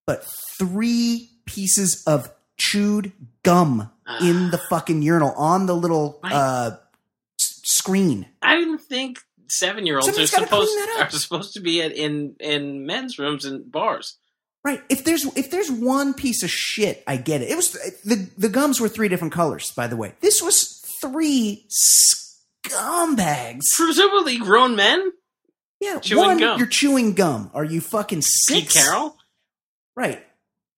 but three pieces of chewed gum
Uh,
in
<sighs>
the fucking urinal on the little
Right.
uh, s- screen.
i didn't think seven year olds are
Somebody's gotta clean
supposed
that
are
up.
supposed to be at in in men's rooms and bars
Right. If there's if there's one piece of shit, I get it. It was the the gums were three different colors, by the way. This was three scumbags.
presumably grown men
Yeah,
Chewing
one,
gum.
you're chewing gum. Are you fucking
pete
six?
carroll
Right.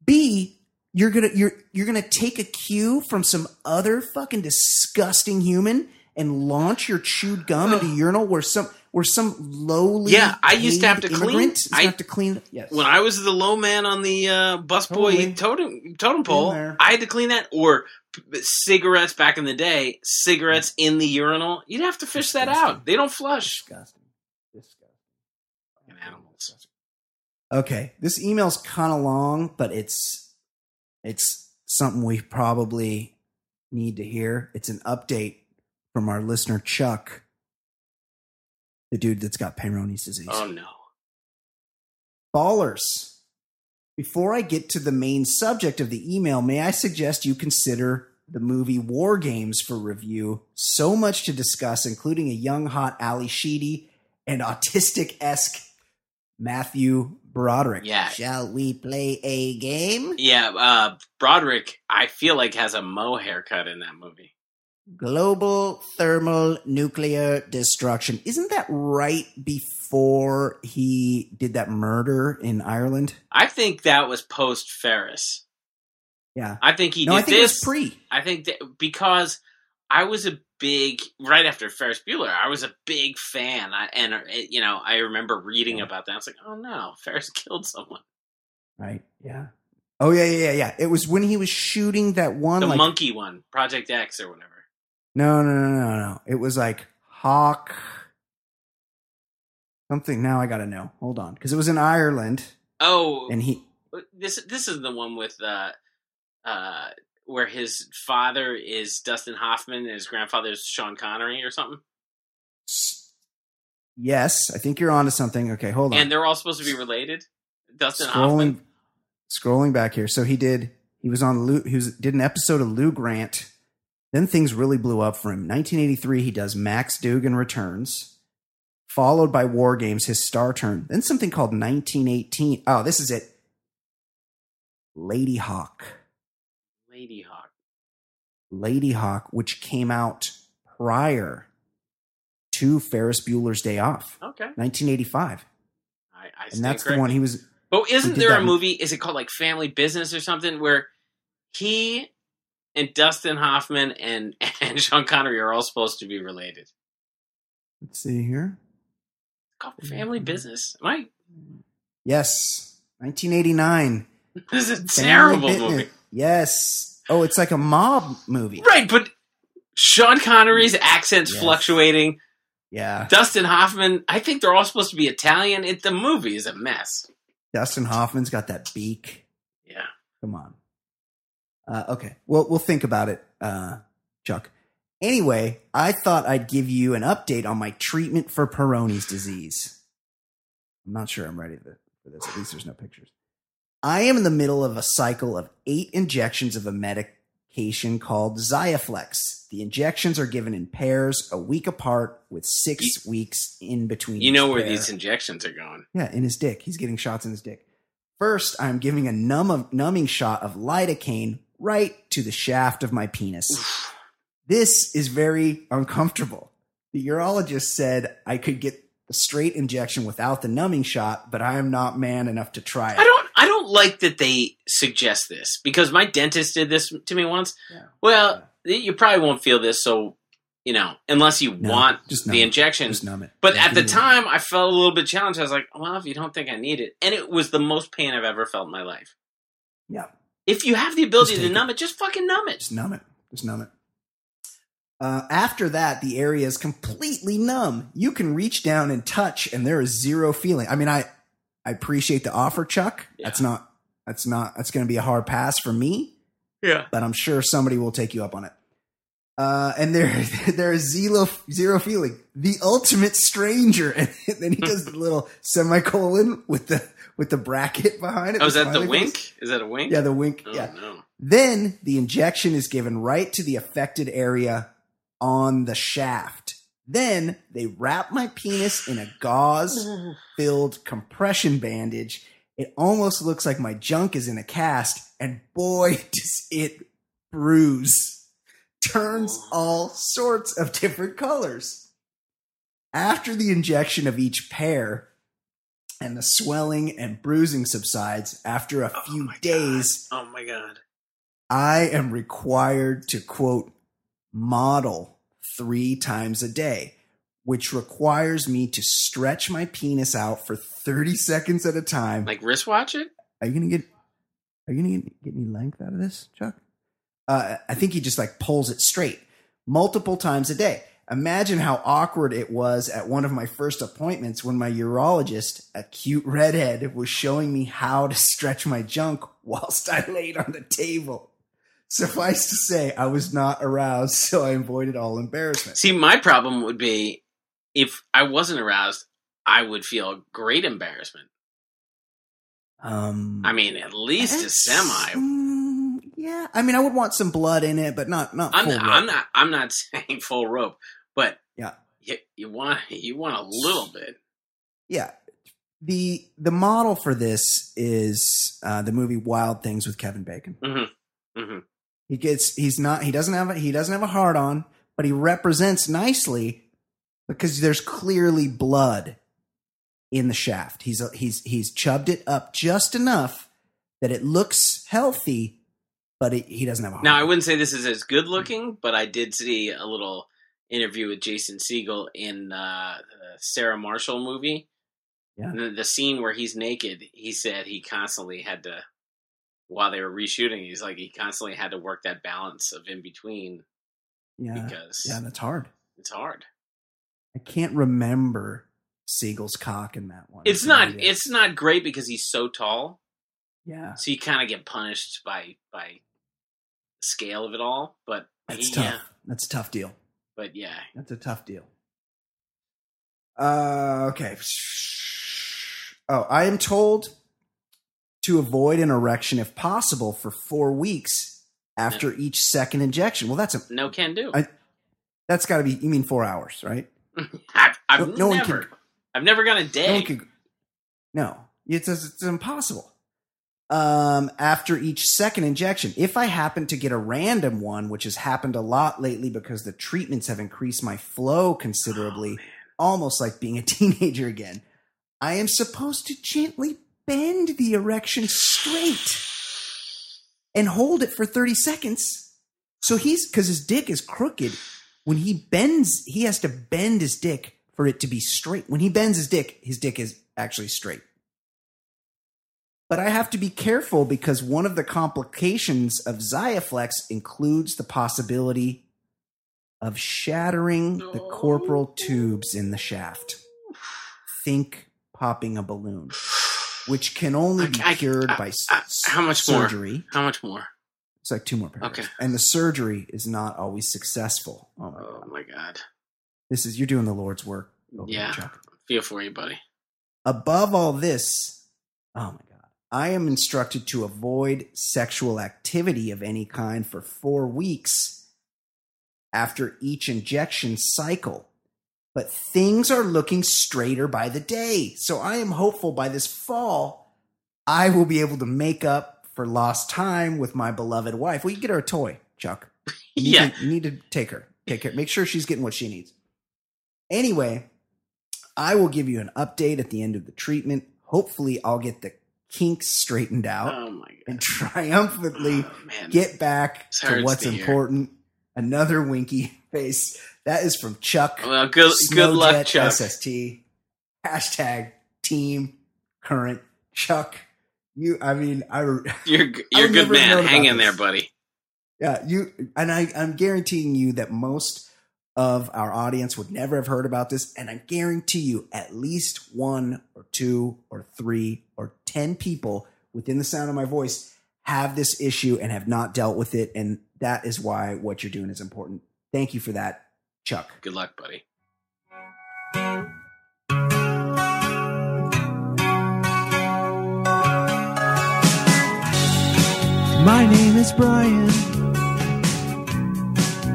B, you're gonna you're you're gonna take a cue from some other fucking disgusting human and launch your chewed gum into urinal where some where some lowly
Yeah, I used
paid
to have to clean-
immigrant is gonna
I-
have to clean yes
when I was the low man on the uh,
Totally.
busboy totem totem
Been
pole,
there.
I had to clean that. Or p- cigarettes back in the day, cigarettes in the urinal. You'd have to fish that out. They don't flush.
disgusting disgusting
Fucking Animals.
Okay, this email's kind of long, but it's it's something we probably need to hear. It's an update from our listener Chuck, the dude that's got Peyronie's disease.
Oh no.
Ballers. Before I get to the main subject of the email, may I suggest you consider the movie War Games for review? So much to discuss, including a young, hot Ali Sheedy and autistic esque Matthew Broderick.
Yeah.
Shall we play a game?
Yeah, uh, Broderick. I feel like has a mo haircut in that movie.
Global thermal nuclear destruction. Isn't that right before he did that murder in Ireland?
I think that was post Ferris.
Yeah.
I think he
no,
did
I think
this.
it was pre.
I think that because I was a big right after Ferris Bueller, I was a big fan, I, and uh, it- you know I remember reading about that. I was like, oh no, Ferris <laughs> killed someone.
right? Yeah. Oh yeah, yeah, yeah, yeah. It was when he was shooting that one.
the
like,
monkey one, Project X or whatever.
No, no, no, no, no. It was like Hawk. Something now I gotta know. Hold on, because it was in Ireland,
Oh,
and he
this this is the one with uh, uh, where his father is Dustin Hoffman and his grandfather is Sean Connery or something.
Yes, I think you're onto something. Okay, hold on.
And they're all supposed to be related. Dustin
scrolling,
Hoffman.
scrolling back here. So he did. He was on Lou. He was, did an episode of Lou Grant. Then things really blew up for him. 1983, he does Max Dugan Returns, followed by War Games, his star turn. Then something called 1918. Oh, this is it. Lady Hawk.
Lady Hawk.
Lady Hawk, which came out prior to Ferris Bueller's Day Off,
Okay.
1985,
I, I stand
and that's the
corrected.
one he was.
But isn't
did
there
that-
a movie? Is it called like Family Business or something where he and Dustin Hoffman and <laughs> and Sean Connery are all supposed to be related?
Let's
It's
see here.
called
Mm-hmm.
Family Business. Am I?
Yes, 1989.
This is a
Family
terrible
Business.
movie.
Yes. Oh, it's like a mob movie.
Right, but Sean Connery's accent's
Yes.
fluctuating.
Yeah.
Dustin Hoffman. I think they're all supposed to be Italian. It, the movie is a mess.
Dustin Hoffman's got that beak.
Yeah.
Come on. Uh, okay. Well, we'll think about it, uh, Chuck. Anyway, I thought I'd give you an update on my treatment for Peyronie's disease. I'm not sure I'm ready for for this. At least there's no pictures. I am in the middle of a cycle of eight injections of a medication called Xiaflex. The injections are given in pairs, a week apart, with six weeks in between.
You know
each
where
pair.
these injections are going.
Yeah, in his dick. He's getting shots in his dick. First, I'm giving a numb of, numbing shot of lidocaine right to the shaft of my penis. This is very uncomfortable. The urologist said I could get the straight injection without the numbing shot, but I am not man enough to try it.
I don't I don't like that they suggest this because my dentist did this to me once.
Yeah.
Well, you probably won't feel this, so you know, unless you
No,
want
just numb
the
it.
injection.
Just numb it.
But
Yeah,
at the
give me-
time, I felt a little bit challenged. I was like, "Well, if you don't think I need it," and it was the most pain I've ever felt in my life.
yeah,
If you have the ability
Just
to
take
numb it. just fucking numb it.
just numb it. Just numb it. Uh, after that, the area is completely numb. You can reach down and touch, and there is zero feeling. I mean, I I appreciate the offer, Chuck.
Yeah.
That's not that's not that's going to be a hard pass for me,
Yeah.
but I'm sure somebody will take you up on it. Uh, and there <laughs> there is zero zero feeling. The ultimate stranger, <laughs> and then
Hmm.
he does the little semicolon with the with the bracket behind it.
Oh, is that the
smiley face.
wink? Is that a wink?
Yeah, the wink.
Oh,
yeah.
No.
Then the injection is given right to the affected area on the shaft. Then they wrap my penis in a gauze filled compression bandage. It almost looks like my junk is in a cast, and boy, <laughs> does it bruise. Turns all sorts of different colors. After the injection of each pair, and the swelling and bruising subsides after a
Oh
few
my God.
days,
Oh my god.
I am required to quote model three times a day, which requires me to stretch my penis out for 30 seconds at a time.
Like wristwatch it?
are you gonna get are you gonna get, get any length out of this, Chuck? Uh, I think he just like pulls it straight multiple times a day. Imagine how awkward it was at one of my first appointments when my urologist, a cute redhead, was showing me how to stretch my junk whilst I laid on the table. Suffice to say, I was not aroused, so I avoided all embarrassment.
See, my problem would be if I wasn't aroused, I would feel great embarrassment.
Um,
I mean, at least a semi.
Mm, yeah, I mean, I would want some blood in it, but not not.
I'm
full
I'm
rope.
not I'm not <laughs> saying full rope, but
Yeah.
you, you want you want a little bit.
yeah the the model for this is uh, the movie Wild Things with Kevin Bacon.
hmm
He gets he's not he doesn't have a, he doesn't have a hard on, but he represents nicely because there's clearly blood in the shaft. He's he's he's chubbed it up just enough that it looks healthy, but it, he doesn't have a hard.
Now, I
on.
wouldn't say this is as good looking, but I did see a little interview with Jason Siegel in uh, the Sarah Marshall movie.
Yeah.
The, the scene where he's naked, he said he constantly had to, while they were reshooting, he's like he constantly had to work that balance of in between
yeah
because
yeah that's hard.
it's hard.
I can't remember Siegel's cock in that one.
It's not.
Yeah.
It's not great because he's so tall,
yeah,
so you kind of get punished by by scale of it all. But
that's
yeah,
tough. That's a tough deal.
but yeah,
That's a tough deal. Uh, okay. Oh, I am told to avoid an erection if possible for four weeks after each second injection. Well, that's a
no can do.
I- that's got to be. You mean four hours, right?
I've, I've
No- no one
never.
can-
I've never gone a
No,
day. <sighs>
one could- no. it's, it's impossible. Um, after each second injection, if I happen to get a random one, which has happened a lot lately because the treatments have increased my flow considerably, almost like being a <laughs> teenager again, I am supposed to gently bend the erection straight and hold it for 30 seconds. So he's because his dick is crooked. When he bends, he has to bend his dick for it to be straight. When he bends his dick, his dick is actually straight. But I have to be careful because one of the complications of Xiaflex includes the possibility of shattering the corporal tubes in the shaft. Think popping a balloon, which can only be
I- I-
cured
I-
by s-
I- how much more?
surgery.
How much more?
It's like two more paragraphs.
Okay.
And the surgery is not always successful. Oh my
Oh
god.
my god,
This is you're doing the Lord's work. over here,
Yeah.
Chuck.
feel for you, buddy.
Above all this, oh my god. I am instructed to avoid sexual activity of any kind for 4 weeks after each injection cycle. But things are looking straighter by the day. So I am hopeful by this fall I will be able to make up for lost time with my beloved wife. Well, you get her a toy, Chuck. You need
Yeah.
to- you need to take her. Take care. Make sure she's getting what she needs. Anyway, I will give you an update at the end of the treatment. Hopefully, I'll get the kinks straightened out
Oh my god.
and <laughs> triumphantly
Oh, man.
get back
This
to
hurts
what's
to hear.
important. Another winky <laughs> face. That is from Chuck.
well, good good luck,
Snowjet
Chuck.
SST. Hashtag team current Chuck. You, I mean, I.
You're g- you're a
I've
good
never known
man.
about
Hang in
this.
there, buddy.
Yeah, you and I. I'm guaranteeing you that most of our audience would never have heard about this, and I guarantee you at least one or two or three or ten people within the sound of my voice have this issue and have not dealt with it, and that is why what you're doing is important. Thank you for that, Chuck.
Good luck, buddy.
My name is Brian.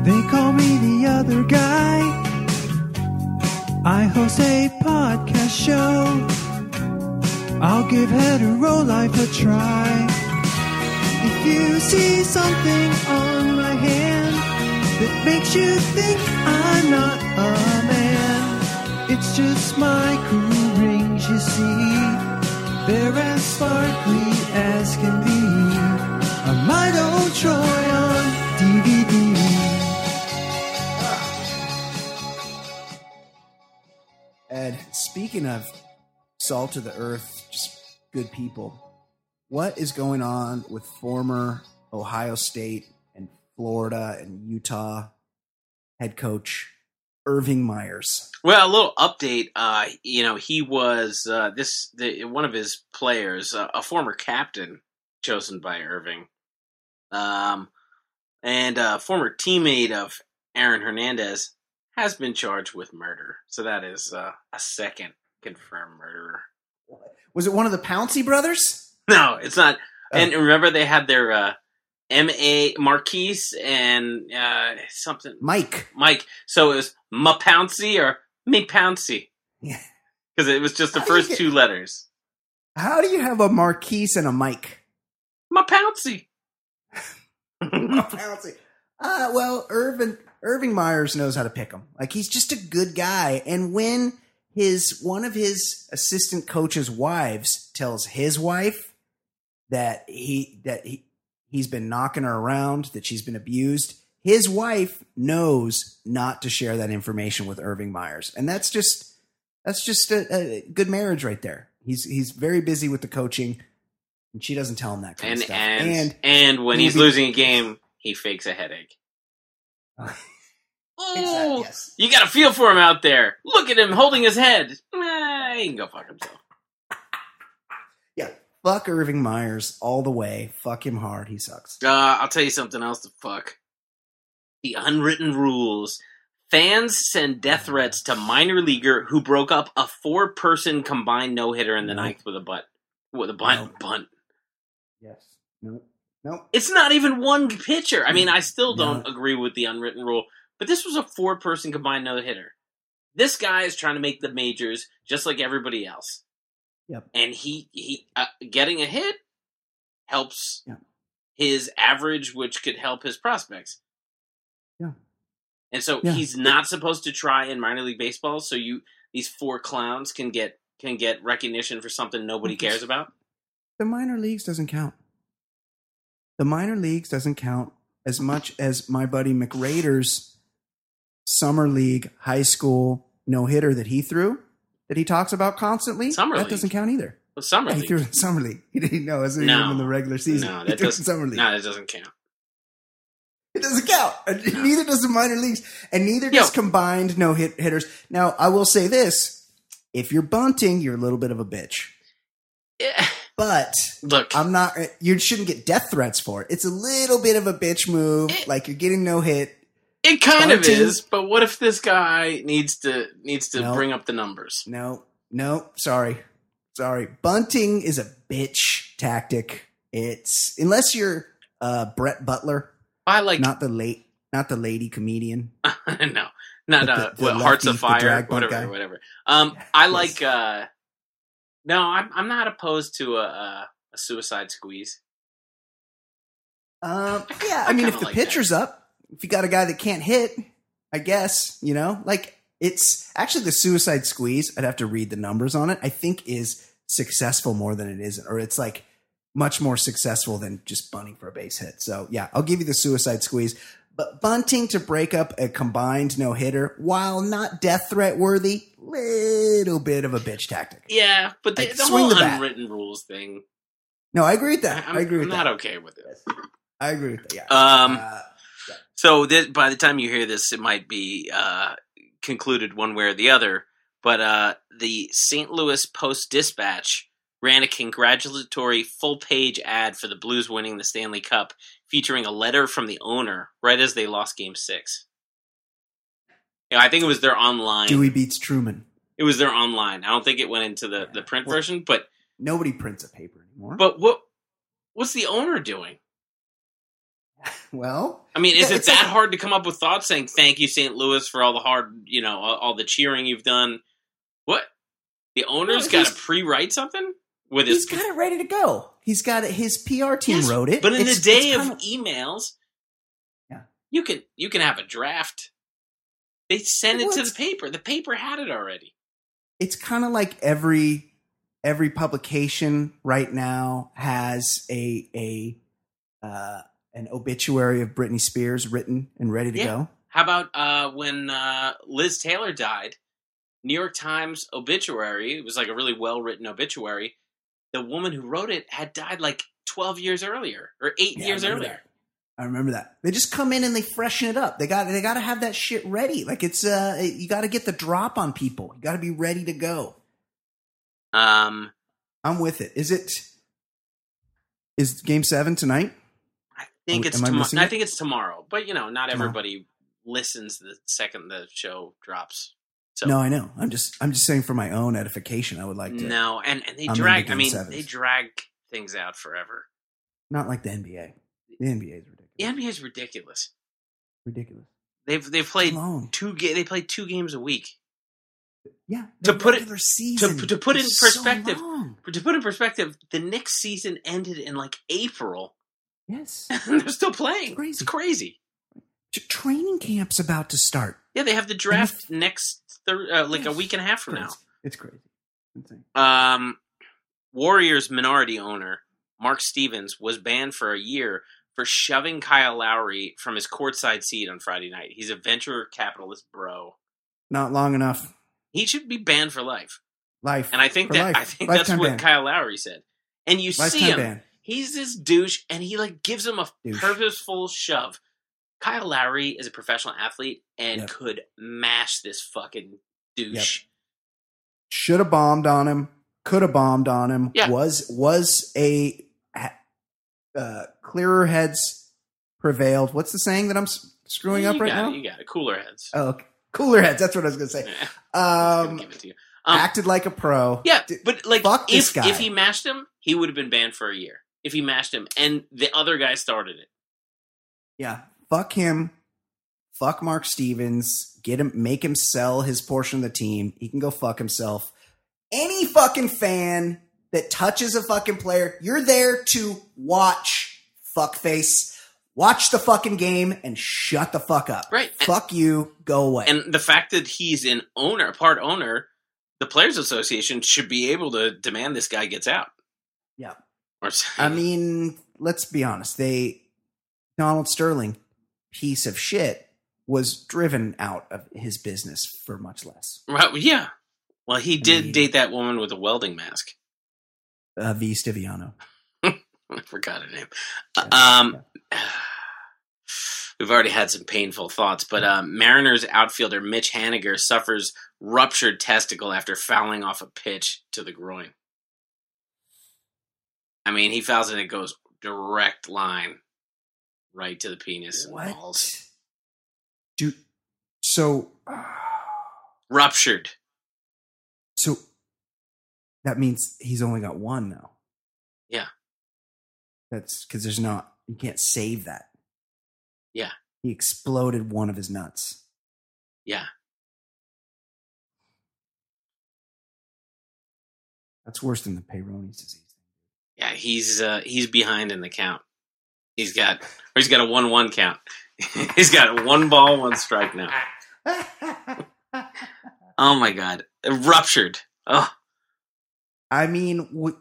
They call me the other guy. I host a podcast show. I'll give hetero life a try. If you see something on my hand that makes you think I'm not a man, it's just my cool rings you see. They're as sparkly as can be. I'm my old Troy on DVD.
And speaking of salt of the earth, just good people, what is going on with former Ohio State and Florida and Utah head coach Irving Myers?
Well, a little update. Uh, you know, he was uh, this the, one of his players, uh, a former captain chosen by Irving, um, and a former teammate of Aaron Hernandez has been charged with murder. So that is uh, a second confirmed murderer. <laughs>
Was it one of the Pouncy brothers?
No, it's not.
Oh.
And remember, they had their uh, M A Marquise and uh, something
Mike. <laughs>
Mike. So it was Ma Pouncy or Me Pouncy.
Yeah.
Because it was just the
I
first
think
two letters.
How do you have a Marquise and a Mike?
Ma Pouncy.
<laughs> Pouncy. Uh, well, Irving Irving Myers knows how to pick him. Like he's just a good guy. And when his one of his assistant coach's wives tells his wife that he that he he's been knocking her around, that she's been abused, his wife knows not to share that information with Irving Myers, and that's just that's just a, a good marriage right there. He's he's very busy with the coaching, and she doesn't tell him that kind
and,
of stuff.
and and when
maybe-
he's losing a game, he fakes a headache.
<laughs> Exactly,
Oh,
yes.
you got to feel for him out there. Look at him holding his head. Nah, Yeah, he can go fuck himself.
Fuck Irving Myers all the way. Fuck him hard. He sucks.
Uh, I'll tell you something else to fuck. The unwritten rules. Fans send
Oh
death threats to minor leaguer who broke up a four person combined no hitter in the
No.
ninth with a butt. With a bunt
No.
bunt.
Yes. Nope. Nope.
It's not even one pitcher. I mean,
Mm.
I still don't
No.
agree with the unwritten rule, but this was a four person combined no hitter. This guy is trying to make the majors just like everybody else.
Yep.
And he he uh, getting a hit helps
Yep.
his average which could help his prospects.
Yeah.
And so
Yeah.
he's not supposed to try in minor league baseball, so you these four clowns can get can get recognition for something nobody
Okay.
cares about.
The minor leagues doesn't count. The minor leagues doesn't count as much as my buddy McRader's summer league high school no hitter that he threw that he talks about constantly.
Summer
that
league.
doesn't count either.
Well, summer
Yeah, he
league.
threw it in summer league. <laughs> He didn't know it was
No.
even in the regular season.
No,
he
that
threw it in
doesn't-
summer league.
No, that doesn't count.
It doesn't count. And neither does the minor leagues, and neither does
Yo.
combined no hit hitters. Now, I will say this: if you're bunting, you're a little bit of a bitch.
Yeah.
But
Eh, Look,
I'm not. You shouldn't get death threats for it. It's a little bit of a bitch move.
Eh.
Like you're getting no hit.
it kind of
bunting-
is, but what if this guy needs to needs to
No.
bring up the numbers?
No, no, sorry, sorry. Bunting is a bitch tactic. It's unless you're uh, Brett Butler,
I like
not the late, not the lady comedian.
<laughs> no, not
The-
uh,
the- the
what, Hearts of
lefty, the
Fire,
drag bunt
whatever,
guy.
whatever. Um, I like.
Yes.
Uh, no, I'm I'm not opposed to a, a, a suicide squeeze.
Um, yeah, I mean,
kinda
if the
like that.
pitcher's up, if you got a guy that can't hit, I guess you know, like it's actually the suicide squeeze. I'd have to read the numbers on it. I think is successful more than it isn't, or it's like much more successful than just bunting for a base hit. So yeah, I'll give you the suicide squeeze. But bunting to break up a combined no hitter, while not death threat worthy, little bit of a bitch tactic.
Yeah, but the,
Like,
the
swing
whole
the bat.
unwritten rules thing,
No, I agree with
I,
that.
I'm,
I agree with
I'm
that.
not okay with it.
I agree with that. Yeah.
Um,
Uh,
So this, by the time you hear this, it might be uh, concluded one way or the other. But uh, the St. Louis Post Dispatch ran a congratulatory full page ad for the Blues winning the Stanley Cup, featuring a letter from the owner right as they lost Game Six. Yeah, I think it was their online.
Dewey beats Truman.
it was their online. I don't think it went into the, the print
Well-
version, but
Nobody prints a paper anymore.
but what what's the owner doing?
well,
I mean, is
Yeah,
it
it's
that
like-
hard to come up with thoughts saying thank you, St. Louis, for all the hard, you know, all, all the cheering you've done? What? The owner's
No,
got to
he's-
pre-write something with
he's
his.
got it ready to go. He's got it. His PR team
Yes,
wrote it.
but in
It's-
the day
it's
of e-,
kind
emails,
Yeah.
you can you can have a draft. They send it to
What?
the paper. The paper had it already.
it's kind of like every every publication right now has a a uh, an obituary of Britney Spears written and ready to
Yeah.
go.
How about uh, when uh, Liz Taylor died? New York Times obituary. It was like a really well written obituary. The woman who wrote it had died like twelve years earlier or eight
Yeah, I
years
remember
earlier.
that. I remember that. They just come in and they freshen it up. They got they got to have that shit ready. Like it's uh you got to get the drop on people. You got to be ready to go.
Um,
I'm with it. Is it is game 7 tonight?
I think
Am-
it's
am I
tomorrow.
missing
I
it?
think it's tomorrow, but you know, not
Tomorrow.
everybody listens the second the show drops. So
No, I know. I'm just I'm just saying for my own edification. I would like to
no, and and they
I'm into
drag. I
game
mean,
sevens.
they drag things out forever.
not like the NBA. The NBA is ridiculous.
The NBA is ridiculous.
ridiculous.
They've they've played
Alone.
two ga- They play two games a week.
Yeah.
To
the
put it-
regular season
to- to put it
is
in
so
perspective.
long.
But to put in perspective, the Knicks season ended in like April, <laughs>
yes.
and they're still playing.
It's crazy.
It's crazy.
T- Training camp's about to start.
Yeah, they have the draft next thir- uh, like a
Yes.
week and a half from now.
Crazy. It's crazy. Insane.
Um, Warriors minority owner Mark Stevens was banned for a year for shoving Kyle Lowry from his courtside seat on Friday night. He's a venture capitalist bro.
Not long enough.
He should be banned for life.
Life.
And I think
For
that
life.
I think that's
Lifetime
what
ban.
Kyle Lowry said. And you see
Lifetime
him.
ban.
He's this douche and he like gives him a
Douche.
purposeful shove. Kyle Lowry is a professional athlete and
Yep.
could mash this fucking douche.
should have bombed on him, could have bombed on him.
Yeah.
Was was a uh, clearer heads prevailed. What's the saying that I'm s- screwing
you
up right
got
now?
It, you got it. Cooler heads.
Oh, okay. cooler heads. That's what I was gonna say.
<laughs> Yeah, I'm gonna
Uh, Um,
give it to you. Um,
acted like a pro.
yeah,
D-
but like
fuck
if
this guy.
if he mashed him, he would have been banned for a year. If he mashed him, and the other guy started it.
yeah. Fuck him. Fuck Mark Stevens. Get him. Make him sell his portion of the team. He can go fuck himself. Any fucking fan that touches a fucking player, you're there to watch. Fuckface. Watch the fucking game and shut the fuck up.
Right. And-
Fuck you. Go away.
And the fact that he's an owner, part owner, the players' association should be able to demand this guy gets out.
Yeah.
Or s- <laughs>
I mean, let's be honest. They Donald Sterling, piece of shit, was driven out of his business for much less.
right, yeah. Well, he did
mean-
date that woman with a welding mask. <laughs>
Uh, v. Stiviano.
I forgot her name.
Yeah,
Um, <sighs> we've already had some painful thoughts, but um, Mariners outfielder Mitch Haniger suffers ruptured testicle after fouling off a pitch to the groin. I mean, he fouls and it goes direct line right to the penis and balls.
What? Do so. uh,
Ruptured.
So that means he's only got one though.
Yeah.
That's because there's not. You can't save that.
Yeah.
He exploded one of his nuts.
Yeah.
That's worse than the Peyronie's disease. <laughs>
Yeah, he's uh, he's behind in the count. He's got or he's got a one-one count. <laughs> he's got one ball, one strike now. Oh my god, ruptured. Oh,
I mean, what,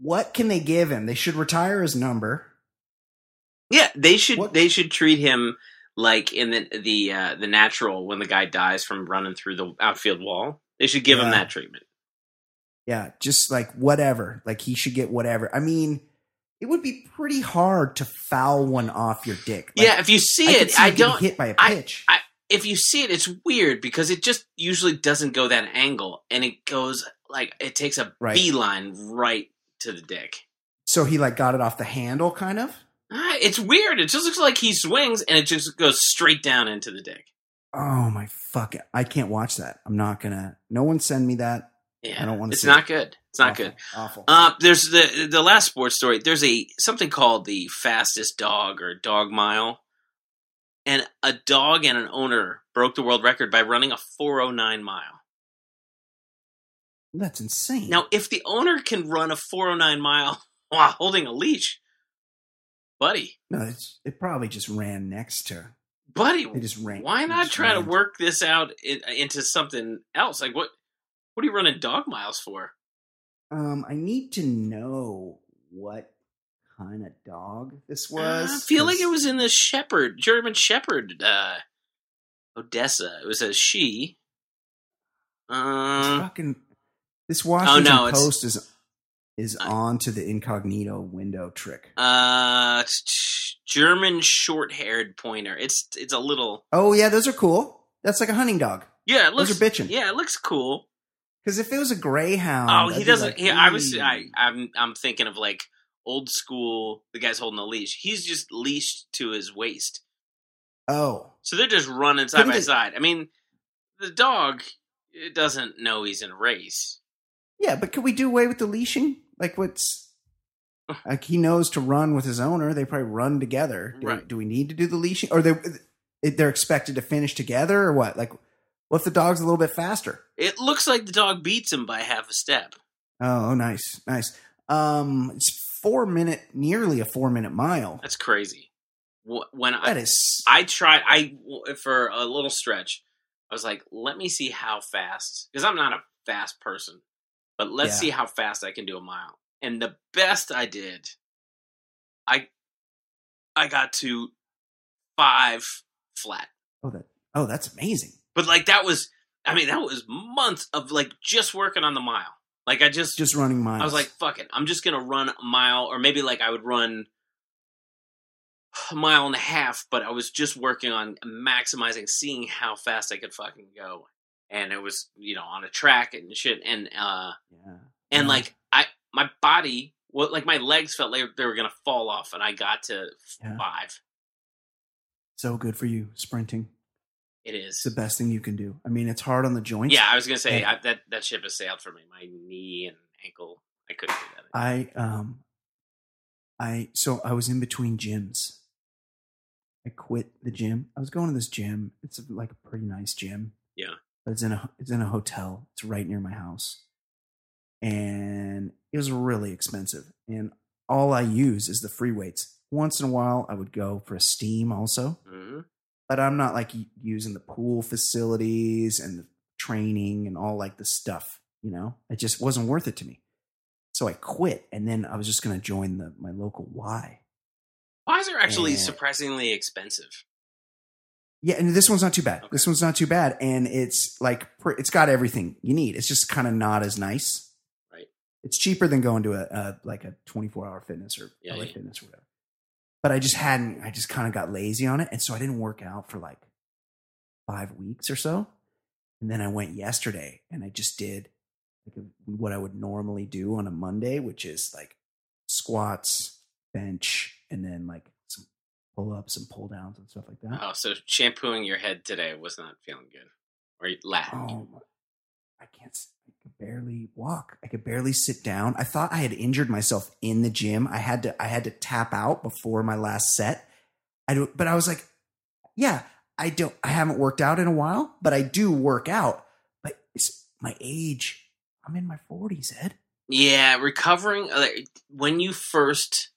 what can they give him? They should retire his number.
Yeah, they should
What-
they should treat him like in the the uh, the natural when the guy dies from running through the outfield wall. They should give him
Yeah.
that treatment.
Yeah, just like whatever. Like he should get whatever. I mean, it would be pretty hard to foul one off your dick. Like,
yeah, if you see
I, could
it,
see
I
you getting
don't.
hit by a
I-
pitch.
I- If you see it, it's weird because it just usually doesn't go that angle, and it goes like it takes a
Right.
beeline right to the dick.
so he like got it off the handle, kind of.
Ah, It's weird. It just looks like he swings and it just goes straight down into the dick.
Oh my fuck! I can't watch that. I'm not gonna. No one send me that.
Yeah,
I don't wanna
It's
see
not
it. Oh.
good. It's not
Awful,
good.
Awful.
Uh, there's the the last sports story. There's a something called the fastest dog or dog mile, and a dog and an owner broke the world record by running a 409 mile.
That's insane.
Now, if the owner can run a 409 mile <laughs> while holding a leash, buddy,
no, it's, it probably just ran next to.
buddy,
They just ran.
why
they
not
just
try to
ran.
work this out in, uh, into something else? Like what? What are you running dog miles for?
Um, I need to know what kind of dog this
Uh, I
was.
feel like
'cause-
it was in the shepherd, German shepherd, uh, Odessa. It was a she.
It's
Um,
fucking this Washington
Oh, no, it's-
Post is is on to the incognito window trick.
uh, t- t- German short-haired pointer. It's it's a little
Oh yeah, those are cool. That's like a hunting dog.
yeah. It looks
those are bitching.
yeah. It looks cool.
Because if it was a greyhound,
Oh,
I'd
he
Um, be
doesn't.
like,
he, I was.
"Ooh."
I, I'm. I'm thinking of like old school. The guy's holding a leash. He's just leashed to his waist.
oh,
So they're just running side
Couldn't
by
they-
side. I mean, the dog it doesn't know he's in a race.
yeah. But could we do away with the leashing? Like what's like he knows to run with his owner. They probably run together. Do,
Right.
do we need to do the leashing? Or they it- they're expected to finish together or what? Like what if the dog's a little bit faster?
It looks like the dog beats him by half a step.
Oh, nice, nice. Um, it's four minute, nearly a four minute mile.
That's crazy. Wh- When I
That is
I tried, I for a little stretch, I was like, let me see how fast because I'm not a fast person, but let's
Yeah.
see how fast I can do a mile. And the best I did, I I got to five flat.
oh that oh that's amazing.
But like that was, I mean, that was months of like just working on the mile. Like I just
Just running miles.
I was like, fuck it. I'm just going to run a mile, or maybe like I would run a mile and a half, but I was just working on maximizing, seeing how fast I could fucking go. and it was you know on a track and shit and uh
Yeah.
and
Yeah.
like I my body well like my legs felt like they were gonna fall off and I got to
Yeah.
five.
So good for you sprinting.
It
It's
is.
the best thing you can do. I mean, it's hard on the joints.
Yeah, I was gonna say
Yeah.
I, that that ship has sailed for me. My knee and ankle, I couldn't do that.
I um I so I was in between gyms. I quit the gym. I was going to this gym. It's like a pretty nice gym.
Yeah.
But it's in a it's in a hotel. It's right near my house. And it was really expensive. And all I use is the free weights. Once in a while I would go for a steam also
hmm
but I'm not like u- using the pool facilities and the training and all like the stuff, you know? It just wasn't worth it to me. So I quit and then I was just going to join the my local Y.
Why's are actually
Yeah.
surprisingly expensive?
Yeah, and this one's not too bad.
Okay.
This one's not too bad and it's like pr- it's got everything you need. It's just kind of not as nice.
Right.
It's cheaper than going to a, a like a 24-hour fitness or
Yeah,
LA
yeah.
fitness or whatever. But I just hadn't I just kind of got lazy on it and so I didn't work out for like 5 weeks or so. And then I went yesterday and I just did like what I would normally do on a Monday, which is like squats, bench, and then like some pull ups and pull downs and stuff like that.
Oh, so shampooing your head today was not feeling good, or you- lack.
Oh, my- I can't. s- I could barely walk. I could barely sit down. I thought I had injured myself in the gym. I had to. I had to tap out before my last set. I do, but I was like, yeah, I don't. I haven't worked out in a while, but I do work out. But it's my age. I'm in my forties, Ed.
Yeah, recovering uh, like, when you first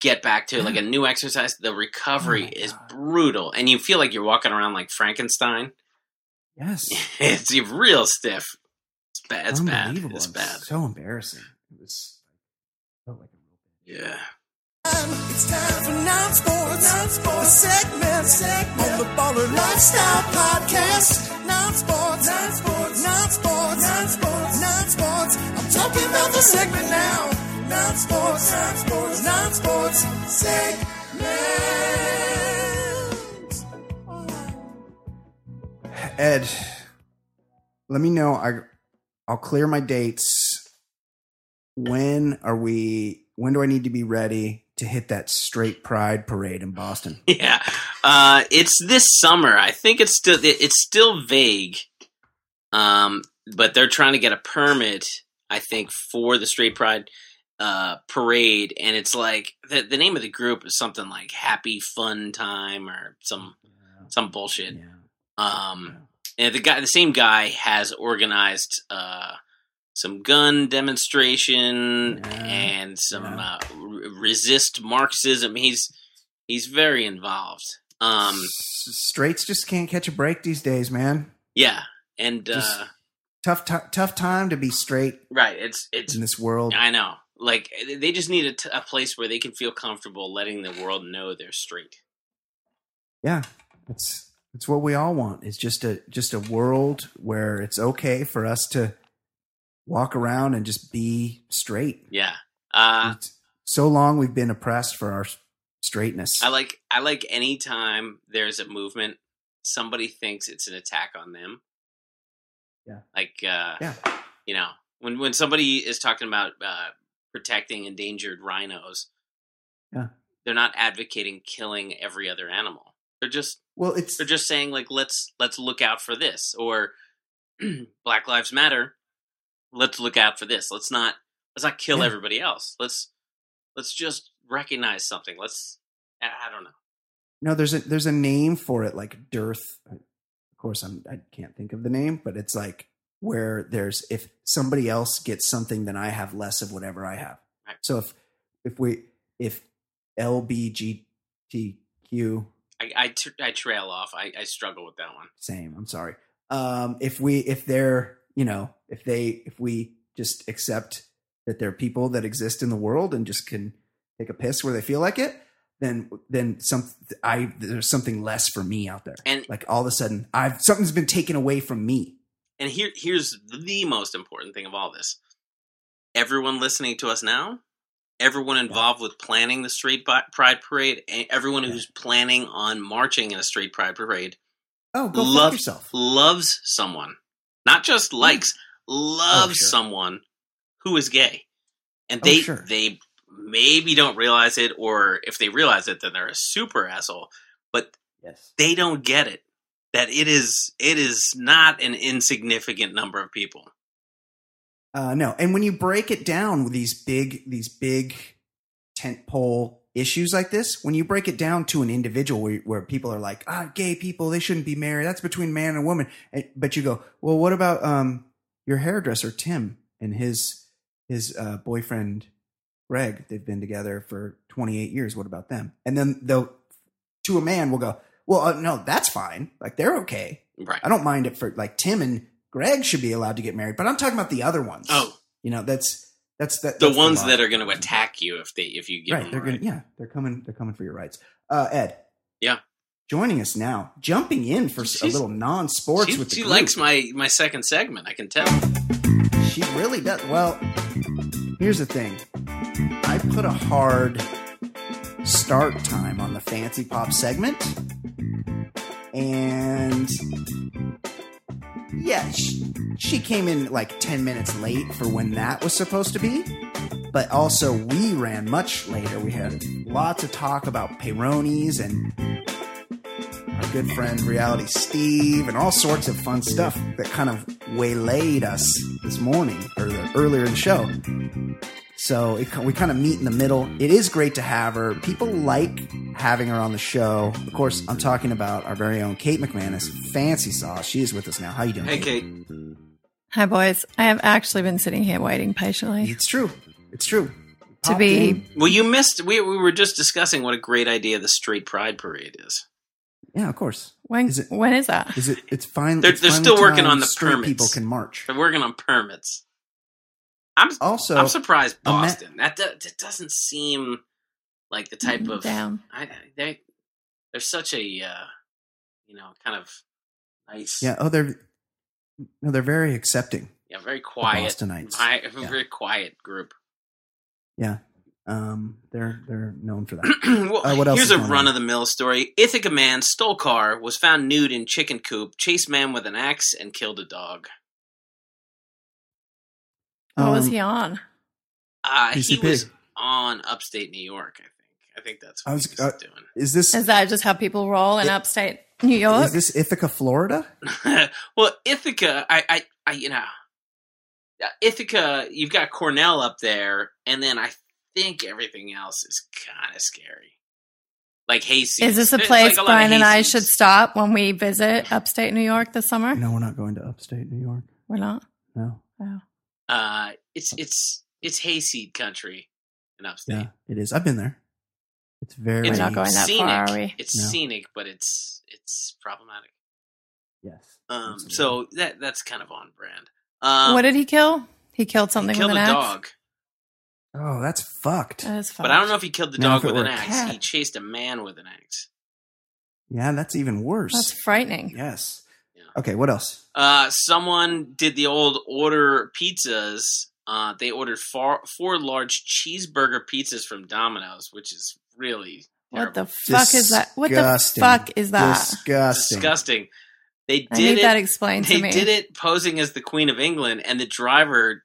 get back
<gasps>
to like a new exercise, the recovery
Oh my
is
God.
brutal, and you feel like you're walking around like Frankenstein. <laughs>
Yes,
it's you're real stiff. It's bad. It's bad.
Unbelievable.
It's
I'm
bad.
So embarrassing. It was. Felt like a real
Yeah.
It's time for non-sports, non-sports segment, segment on the Baller Lifestyle Podcast. Non-sports, non-sports, non-sports, non-sports, non-sports. I'm talking about the segment now. Non-sports, non-sports, non-sports segment.
Ed, let me know. I I'll clear my dates. When are we? When do I need to be ready to hit that straight pride parade in Boston?
<laughs> Yeah, uh, it's this summer. I think it's still it's still vague, um, but they're trying to get a permit. I think for the Straight Pride uh, parade, and it's like the the name of the group is something like Happy Fun Time or some some bullshit. Um, and the guy, the same guy, has organized uh, some gun demonstration
Yeah,
and some
yeah.
uh, r- resist Marxism. He's he's very involved. Um,
S- straights just can't catch a break these days, man.
yeah, and
Just-
uh,
Tough, ti tough time to be straight
right, it's it's.
in this world.
I know, like they just need a, t- a place where they can feel comfortable letting the world know they're straight.
Yeah, it's it's what we all want. It's just a just a world where it's okay for us to walk around and just be straight.
Yeah. Uh,
It's- so long we've been oppressed for our straightness.
I like I like any time there's a movement, somebody thinks it's an attack on them.
Yeah.
Like uh
Yeah.
you know, when when somebody is talking about uh protecting endangered rhinos,
Yeah.
they're not advocating killing every other animal. They're just
well, it's
they're just saying like let's let's look out for this or <clears throat> Black Lives Matter, let's look out for this. Let's not let's not kill
Yeah.
everybody else. Let's let's just recognize something. Let's I, I don't know.
no. There's a there's a name for it, like dearth. Of course, I'm I can't think of the name, but it's like where there's if somebody else gets something, then I have less of whatever I have.
Right.
So if if we if LBGTQ
I I, tr- I trail off. I, I struggle with that one.
same i'm sorry um if we if they're you know if they if we just accept that there are people that exist in the world and just can take a piss where they feel like it then then some i there's something less for me out there
And
like all of a sudden i've something's been taken away from me
and here here's the most important thing of all this. Everyone listening to us now, everyone involved with planning the Street Bi- Pride Parade, and everyone who's planning on marching in a Street Pride Parade
oh go fuck
Love-
yourself
loves someone. not just likes, loves
Oh, sure.
someone who is gay, and
Oh,
they
sure.
they maybe don't realize it, or if they realize it, then they're a super asshole. But
Yes.
they don't get it that it is it is not an insignificant number of people.
Uh, no, and when you break it down with these big these big tentpole issues like this, when you break it down to an individual where, where people are like, ah, gay people, they shouldn't be married. That's between man and woman. And, but you go, well, what about um your hairdresser Tim and his his uh, boyfriend Greg? They've been together for 28 years. What about them? And then they'll to a man will go, well, uh, no, that's fine. Like they're okay.
Right.
I don't mind it for like Tim and Greg should be allowed to get married, but I'm talking about the other ones.
Oh,
you know that's that's that,
the
that's
ones
law.
that are going to attack you if they if you give
right.
them
They're
the right.
gonna yeah. They're coming. They're coming for your rights. Uh, Ed.
Yeah.
Joining us now, jumping in for a
She's-
little non-sports
she
with the
she
group.
likes my my second segment. I can tell.
She really does. Well, here's the thing. I put a hard start time on the fancy pop segment, and yeah, she, she came in like ten minutes late for when that was supposed to be. But also, we ran much later. We had lots of talk about Peyronie's and our good friend Reality Steve and all sorts of fun stuff that kind of waylaid us this morning or the, earlier in the show. So it, we kind of meet in the middle. It is great to have her. People like having her on the show. Of course, I'm talking about our very own Kate McManus, Fancy Sauce. She is with us now. How you doing?
Hey,
Kate?
Kate.
Hi, boys. I have actually been sitting here waiting patiently
It's true. It's true.
to
Popped
be.
in.
Well, you missed. We we were just discussing what a great idea the straight pride parade is.
Yeah, of course.
When
Is it-
when is that?
Is it? It's fine.
They're-
it's
they're
finally
still working
time
on the
straight
permits.
People can march.
They're working on permits. I'm
Also,
I'm surprised
a ma-
Boston. that, do, that doesn't seem like the type
Mm-hmm,
of
Down.
I, I- they they're such a uh, you know kind of nice
yeah. Oh, they're no, they're very accepting.
yeah, very quiet
Bostonites.
<laughs> vi-
Yeah.
very quiet group. <clears throat>
Yeah. Um, they're they're known for that.
well,
Uh, what else
here's
is
a
going on?
run of the mill story. Ithaca man stole car, was found nude in chicken coop, chased man with an axe, and killed a dog.
What was
Um,
he on?
Uh, he
PCP.
was on upstate New York, I think. I think that's what
I was-
he was
uh,
doing.
Is this
Is that just how people roll in
It-
upstate New York?
is this Ithaca, Florida?
<laughs> well, Ithaca, I, I, I, you know, uh, Ithaca, you've got Cornell up there, and then I think everything else is kind of scary. Like Hayseeds.
Is this a
There's,
place
like, lot of
Brian and I
Hayseeds.
should stop when we visit upstate New York this summer?
No, we're not going to upstate New York.
We're not.
No.
Uh, it's it's it's hayseed country in upstate.
Yeah, it is. I've been there. It's very.
We're
It's
not going that
scenic.
far, are we?
It's
No.
scenic, but it's it's problematic.
Yes.
Um,
Absolutely.
so that that's kind of on brand. Um,
what did he kill? He killed
he
something
killed
with
a
an axe.
dog?
Oh, that's fucked.
That is fun.
But I don't know if he killed the
Now,
dog
if it
with
were
an
a
axe.
cat-
He chased a man with an axe.
yeah, that's even worse.
That's frightening.
yes.
Yeah.
Okay. What else?
Uh, someone did the old order pizzas. Uh, they ordered four, four large cheeseburger pizzas from Domino's, which is really
What the
terrible.
fuck is that? What the
Disgusting.
fuck is that?
Disgusting.
disgusting. They did
I need
it.
that explained
they
to me.
did it posing as the Queen of England, and the driver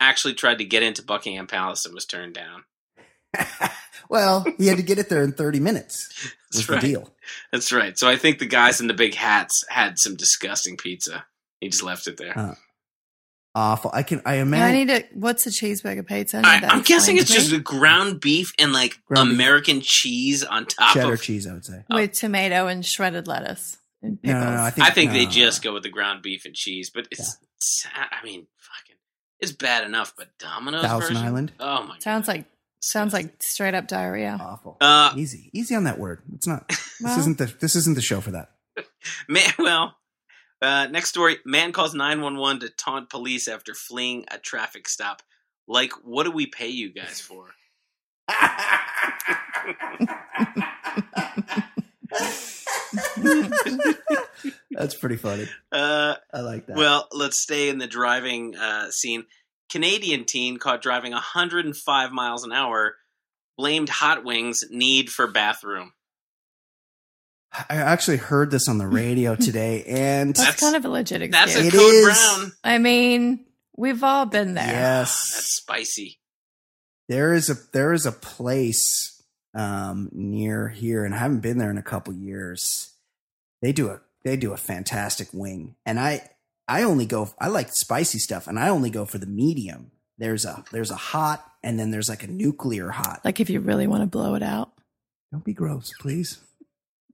actually tried to get into Buckingham Palace and was turned down.
<laughs> well, he had to get it there in 30 minutes. Was
That's right.
the deal.
That's right. So I think the guys in the big hats had some disgusting pizza. He just left it
Oh,
there.
Uh, Awful. I can. I
Yeah, I
imagine.
need a what's a cheeseburger pizza? I need
I,
that
I'm guessing
explained
it's
to
just
me.
with ground beef and like
Ground beef.
American cheese on top
cheddar
of
cheese. I would say.
oh.
with tomato and shredded lettuce and
No,
pickles.
no, no, I think. uh,
I think
no,
they
no, no.
just go with the ground beef and cheese, but it's, it's- I mean, fucking, it's bad enough. But Domino's
Thousand
version?
Island?
Oh my,
sounds
God.
like sounds like straight up diarrhea.
awful.
<laughs> Uh,
easy, easy on that word. It's not.
Well-
Oh, this isn't the. This isn't the show for that. <laughs>
man. <laughs> Well, uh, next story: man calls nine one one to taunt police after fleeing a traffic stop. Like, what do we pay you
<laughs>
guys for?
That's pretty funny.
Uh,
I like that.
well, let's stay in the driving uh, scene. Canadian teen caught driving 105 miles an hour blamed hot wings need for bathroom.
I actually heard this on the
<laughs>
radio today, and
That's,
That's-
kind of a legit
That's
excuse.
a
It
code
is.
brown.
I mean, we've all been there.
That's
yes,
spicy.
there is a there is a place um, near here, and I haven't been there in a couple years. They do a they do a fantastic wing, and I I only go I like spicy stuff, and I only go for the medium. There's a there's a hot, and then there's like a nuclear hot.
Like if you really want to blow it out.
Don't be gross, please.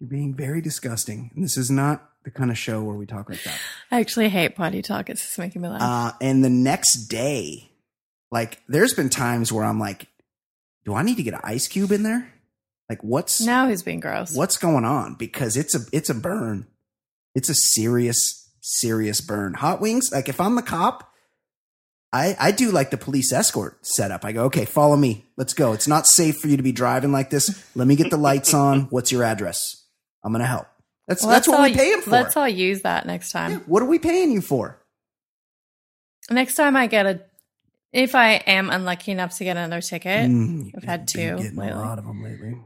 You're being very disgusting. And this is not the kind of show where we talk like that.
I actually hate potty talk. It's just making me laugh.
<laughs> Uh, and the next day, like, there's been times where I'm like, do I need to get an ice cube in there? Like, what's
now he's being gross.
what's going on? Because it's a it's a burn. It's a serious serious burn. Hot wings. Like, if I'm the cop, I I do like the police escort setup. I go, okay, follow me. Let's go. It's not safe for you to be driving like this. Let me get
<laughs>
the lights on. What's your address? I'm gonna help. That's
Well,
that's what
all
we pay him for.
Let's all use that next time.
Yeah, what are we paying you for?
Next time I get a, if I am unlucky enough to get another ticket,
Mm,
I've had
been
two
getting
lately.
a lot of them lately.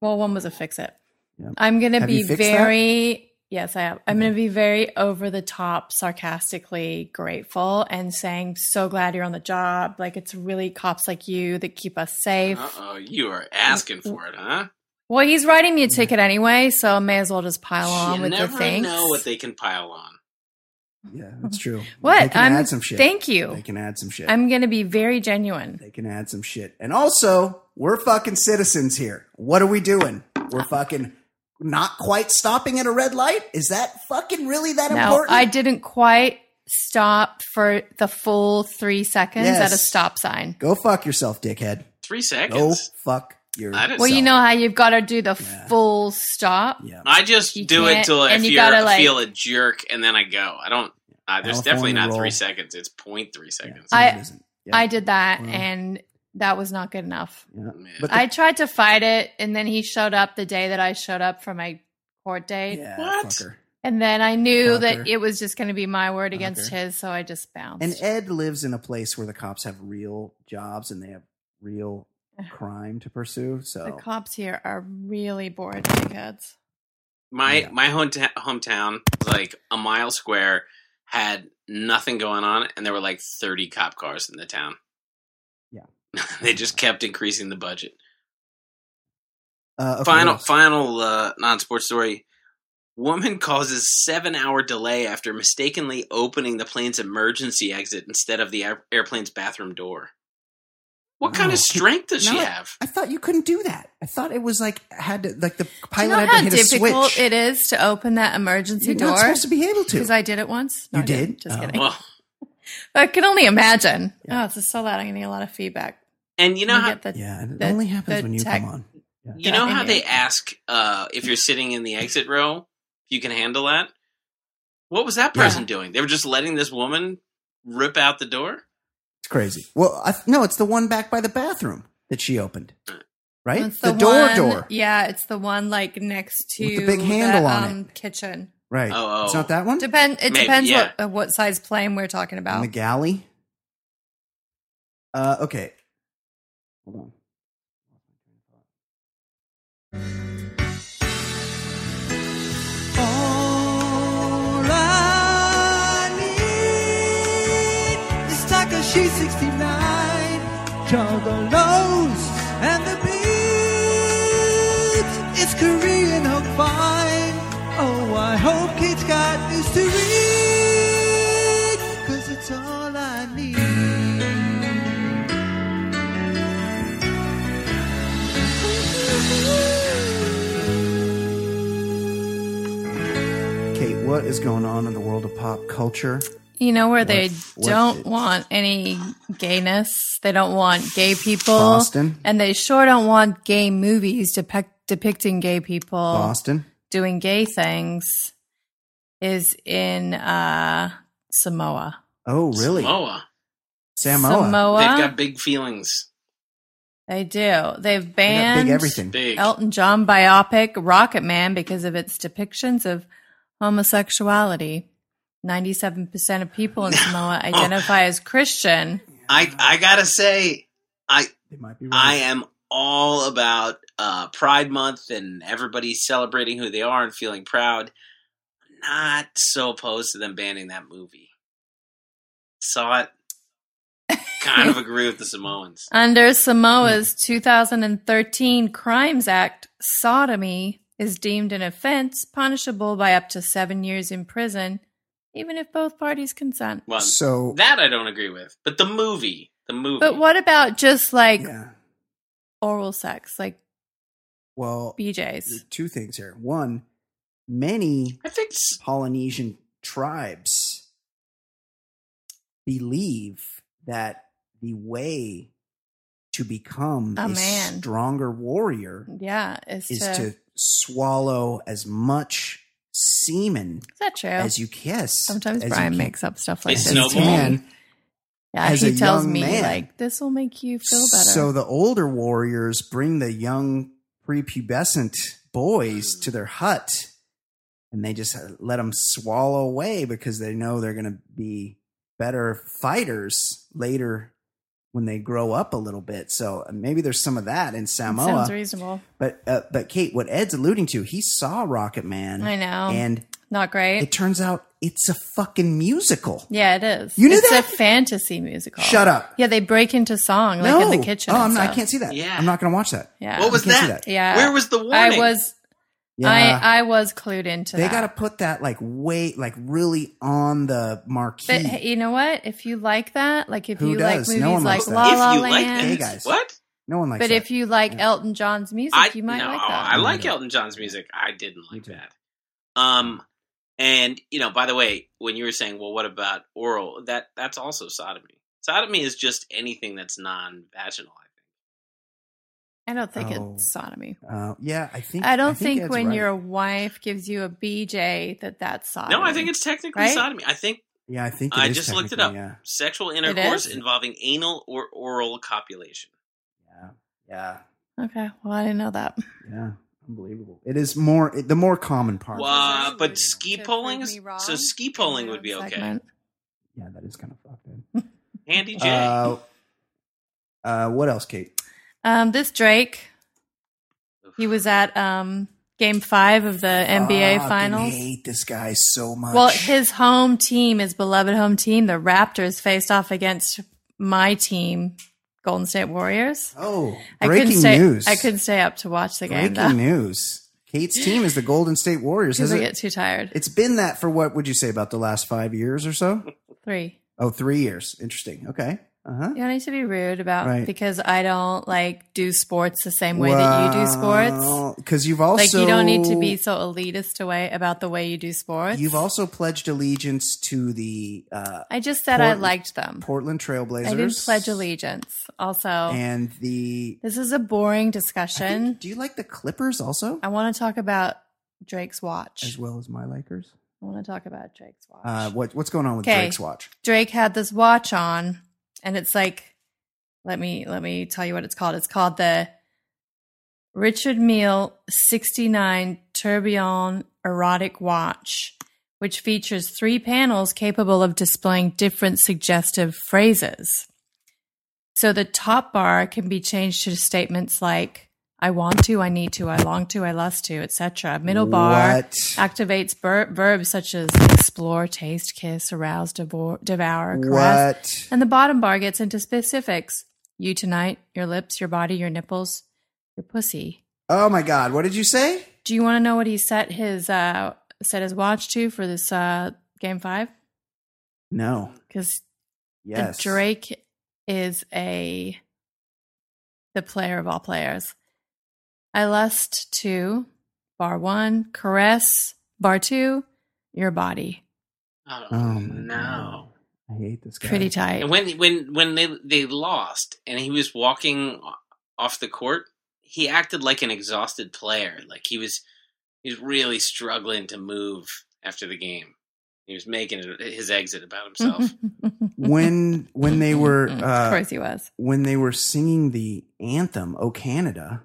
well, one was a fix it.
Yeah.
I'm gonna
Have
be
you fixed that?
very yes, I am. I'm gonna be very over the top, sarcastically grateful, and saying so glad you're on the job. Like it's really cops like you that keep us safe.
Uh oh, you
Mm,
are asking for it, huh?
Well, he's writing me a ticket anyway, so I may as well just pile on
you
Oh, with
never
the thanks.
know what they can pile on.
Yeah, that's true.
What?
They can
I'm-
add some shit.
Thank you.
They can add some shit.
I'm gonna be very genuine.
they can add some shit. And also, we're fucking citizens here. What are we doing? We're fucking not quite stopping at a red light. Is that fucking really that
No,
important?
I didn't quite stop for the full three seconds
Yes.
at a stop sign.
Go fuck yourself, dickhead.
Three
Go
seconds.
fuck your. <laughs>
I didn't-
Well, you
self.
know how you've got to do the
Yeah.
full stop.
Yeah.
I just
You
do it
can't-
till
and
if
you
you
gotta,
are
like-
feel a jerk and then I go. I don't. Uh, there's definitely
California
not
roll.
three seconds. It's point three seconds.
I-
It isn't. Yeah.
I did that,
Wow.
and that was not good enough.
Yeah.
Man.
But the-
I tried to fight it, and then he showed up the day that I showed up for my court date,
Yeah,
What?
fucker.
and then I knew
Fucker.
that it was just going to be my word against
Fucker.
his, so I just bounced.
And Ed lives in a place where the cops have real jobs and they have
<sighs>
real crime to pursue. So
the cops here are really bored, dickheads.
my
Yeah.
my hometown hometown like a mile square had nothing going on and there were like 30 cop cars in the town
Yeah.
<laughs> they just kept increasing the budget
Uh, okay,
final
what else?
final uh, non-sports story woman causes seven hour delay after mistakenly opening the plane's emergency exit instead of the air- airplane's bathroom door what kind
Wow.
of strength does she
No,
have
I thought you couldn't do that. I thought it was like had to like the
Do
pilot
you know
had to
how
hit a
difficult
switch.
it is to open that emergency
You're
door?
not supposed to be able to.
Because I did it once.
You
I didn't.
did?
Just
Oh.
kidding.
well,
I can only imagine.
Yeah.
Oh, this is so loud. I'm going to get a lot of feedback.
and you know
I'm
how
gonna get the-
yeah, it
the-
only happens
the
when you
tech-
come on.
You
Yeah,
know
I
how
mean-
they ask uh, if you're sitting in the exit row, if you can handle that? What was that
Yeah.
person doing? They were just letting this woman rip out the door?
It's crazy. Well, I, no, it's the one back by the bathroom that she opened, right?
It's
the, door
one-
door,
Yeah, it's the one like next to
With the big handle on it.
um, kitchen.
right?
Oh, oh.
It's not that one.
Depend. It
Maybe,
depends
yeah.
what uh, what size plane we're talking
In
about.
the galley. Uh, okay. Hold on.
All I need is Takashi 69, Juggalos, and the beat. It's Korean Hook Fine. Oh, I hope kids got news to read, cause it's all I need.
Kate, what is going on in the world of pop culture?
You know where they
what
don't
is-
want any gayness. They don't want gay people,
Boston.
and they sure don't want gay movies depic- depicting gay people
Boston.
doing gay things. Is in uh, Samoa.
Oh, really?
Samoa.
Samoa.
Samoa.
They've got big feelings.
They do. They've
They got
banned
big everything.
Big.
Elton John biopic Rocket Man because of its depictions of homosexuality. 97% of
<laughs>
people in Samoa
Oh.
identify as Christian.
I, I gotta say, I,
They might be. Right.
I am all about uh, Pride Month and everybody celebrating who they are and feeling proud. Not so opposed to them banning that movie. Saw it. Kind
<laughs>
of agree with the Samoans.
Under Samoa's 2013 Crimes Act, sodomy is deemed an offense punishable by up to seven years in prison, even if both parties consent.
Well,
So
that I don't agree with. But the movie, the movie.
But what about just like
yeah.
oral sex, like
Well,
BJ's?
two things here. One, many
I think s-
Polynesian tribes believe that the way to become
A man.
stronger warrior
Yeah, is,
is
to,
to swallow as much semen
is that true?
as you kiss.
Sometimes
as you
Brian
can-
makes up stuff like
It's
this.
as you
snowball.
to me.
can.
Yeah,
as
he
a
tells
young
me
man.
like this will make you feel better.
So the older warriors bring the young prepubescent boys to their hut and they just uh, let them swallow away because they know they're going to be better fighters later when they grow up a little bit. So uh, maybe there's some of that in
It
Samoa.
sounds reasonable.
but uh, but Kate, what Ed's alluding to, he saw Rocket Man
I know.
and
Not great.
it turns out it's a fucking musical.
yeah, it is.
You knew
it's
that?
a fantasy musical.
Shut up.
Yeah, they break into song like
no.
in the kitchen.
Oh,
and
I'm not, I
stuff.
can't see that.
Yeah.
I'm not going to watch that.
Yeah.
what was
I can see
that?
that.
Yeah.
Where was the warning?
I was
Yeah.
I I was clued into
they
that.
got to put that like way like really on the marquee.
but hey, you know what? If you like that, like if
Who
you
does?
like
No
movies
one likes
like La
that.
if
La
you
Land,
like
Hey,
that,
guys.
what?
no one likes
but
that.
if you like
Yeah.
Elton John's music,
I
you might
no,
like that.
I like Elton John's music. I didn't like that. Um, and you know, by the way, when you were saying, well, what about oral? That that's also sodomy. Sodomy is just anything that's non-vaginal. I think.
I don't think
Oh.
it's sodomy.
uh, yeah, I think
I don't think,
Ed's
when
right.
your wife gives you a BJ that that's sodomy.
No, I think it's technically
Right?
sodomy. I think
yeah, I think it
I
is
just looked it
technically,
up. sexual intercourse involving anal or oral copulation.
Yeah, yeah,
okay. Well, I didn't know that.
yeah, yeah. Unbelievable. It is more it, the more common part.
Well,
Wow,
Wow.
but ski
To prove
polling
me
is
wrong,
so ski
In
polling
my
would
own
be okay.
segment.
yeah, that is kind of fucked. in.
Handy J.
Uh, uh, what else, Kate?
Um, this Drake, he was at um, Game Five of the NBA
Ah, Fucking
Finals.
Hate this guy so much.
Well, his home team, his beloved home team, the Raptors, faced off against my team, Golden State Warriors.
oh
I couldn't
breaking
stay,
news.
I couldn't stay up to watch the game though
breaking news. Kate's team is the Golden State Warriors.
because
Has
I
it,
get too tired.
It's been that for what would you say about the last five years or so?
Three.
Oh, three years. Interesting. Okay. Uh huh.
You don't need to be rude about
Right.
because I don't like do sports the same way that you do sports.
Because you've also
Like you don't need to be so elitist away about the way you do sports.
You've also pledged allegiance to the uh,
I just said I
Portland-
liked them.
Portland Trailblazers.
I didn't pledge allegiance. Also,
And the
this is a boring
I
discussion.
think, do you like the Clippers also,
I want to talk about Drake's watch.
as well as my Lakers?
I want to talk about Drake's watch.
Uh, what what's going on with
Okay.
Drake's watch?
Drake had this watch on, and it's like, let me let me tell you what it's called. It's called the Richard Mille 69 Tourbillon Erotic Watch, which features three panels capable of displaying different suggestive phrases. So the top bar can be changed to statements like "I want to," "I need to," "I long to," "I lust to," etc. Middle bar
What?
activates ver- verbs such as explore, taste, kiss, arouse, devour, devour caress.
What?
And the bottom bar gets into specifics you tonight, your lips, your body, your nipples, your pussy.
Oh my God! What did you say?
Do you want to know what he set his uh, set his watch to for this uh, game five?
No.
Because
Yes.
Drake is a the player of all players. I lust to bar one, caress bar two, your body.
Oh,
Oh my
no.
God. I hate this guy.
pretty tight.
And when when when they they lost and he was walking off the court, he acted like an exhausted player. Like he was he was really struggling to move after the game. He was making it- his exit about himself.
<laughs> when when they were
Mm-hmm. of
uh,
course he was.
when they were singing the anthem "O Canada,"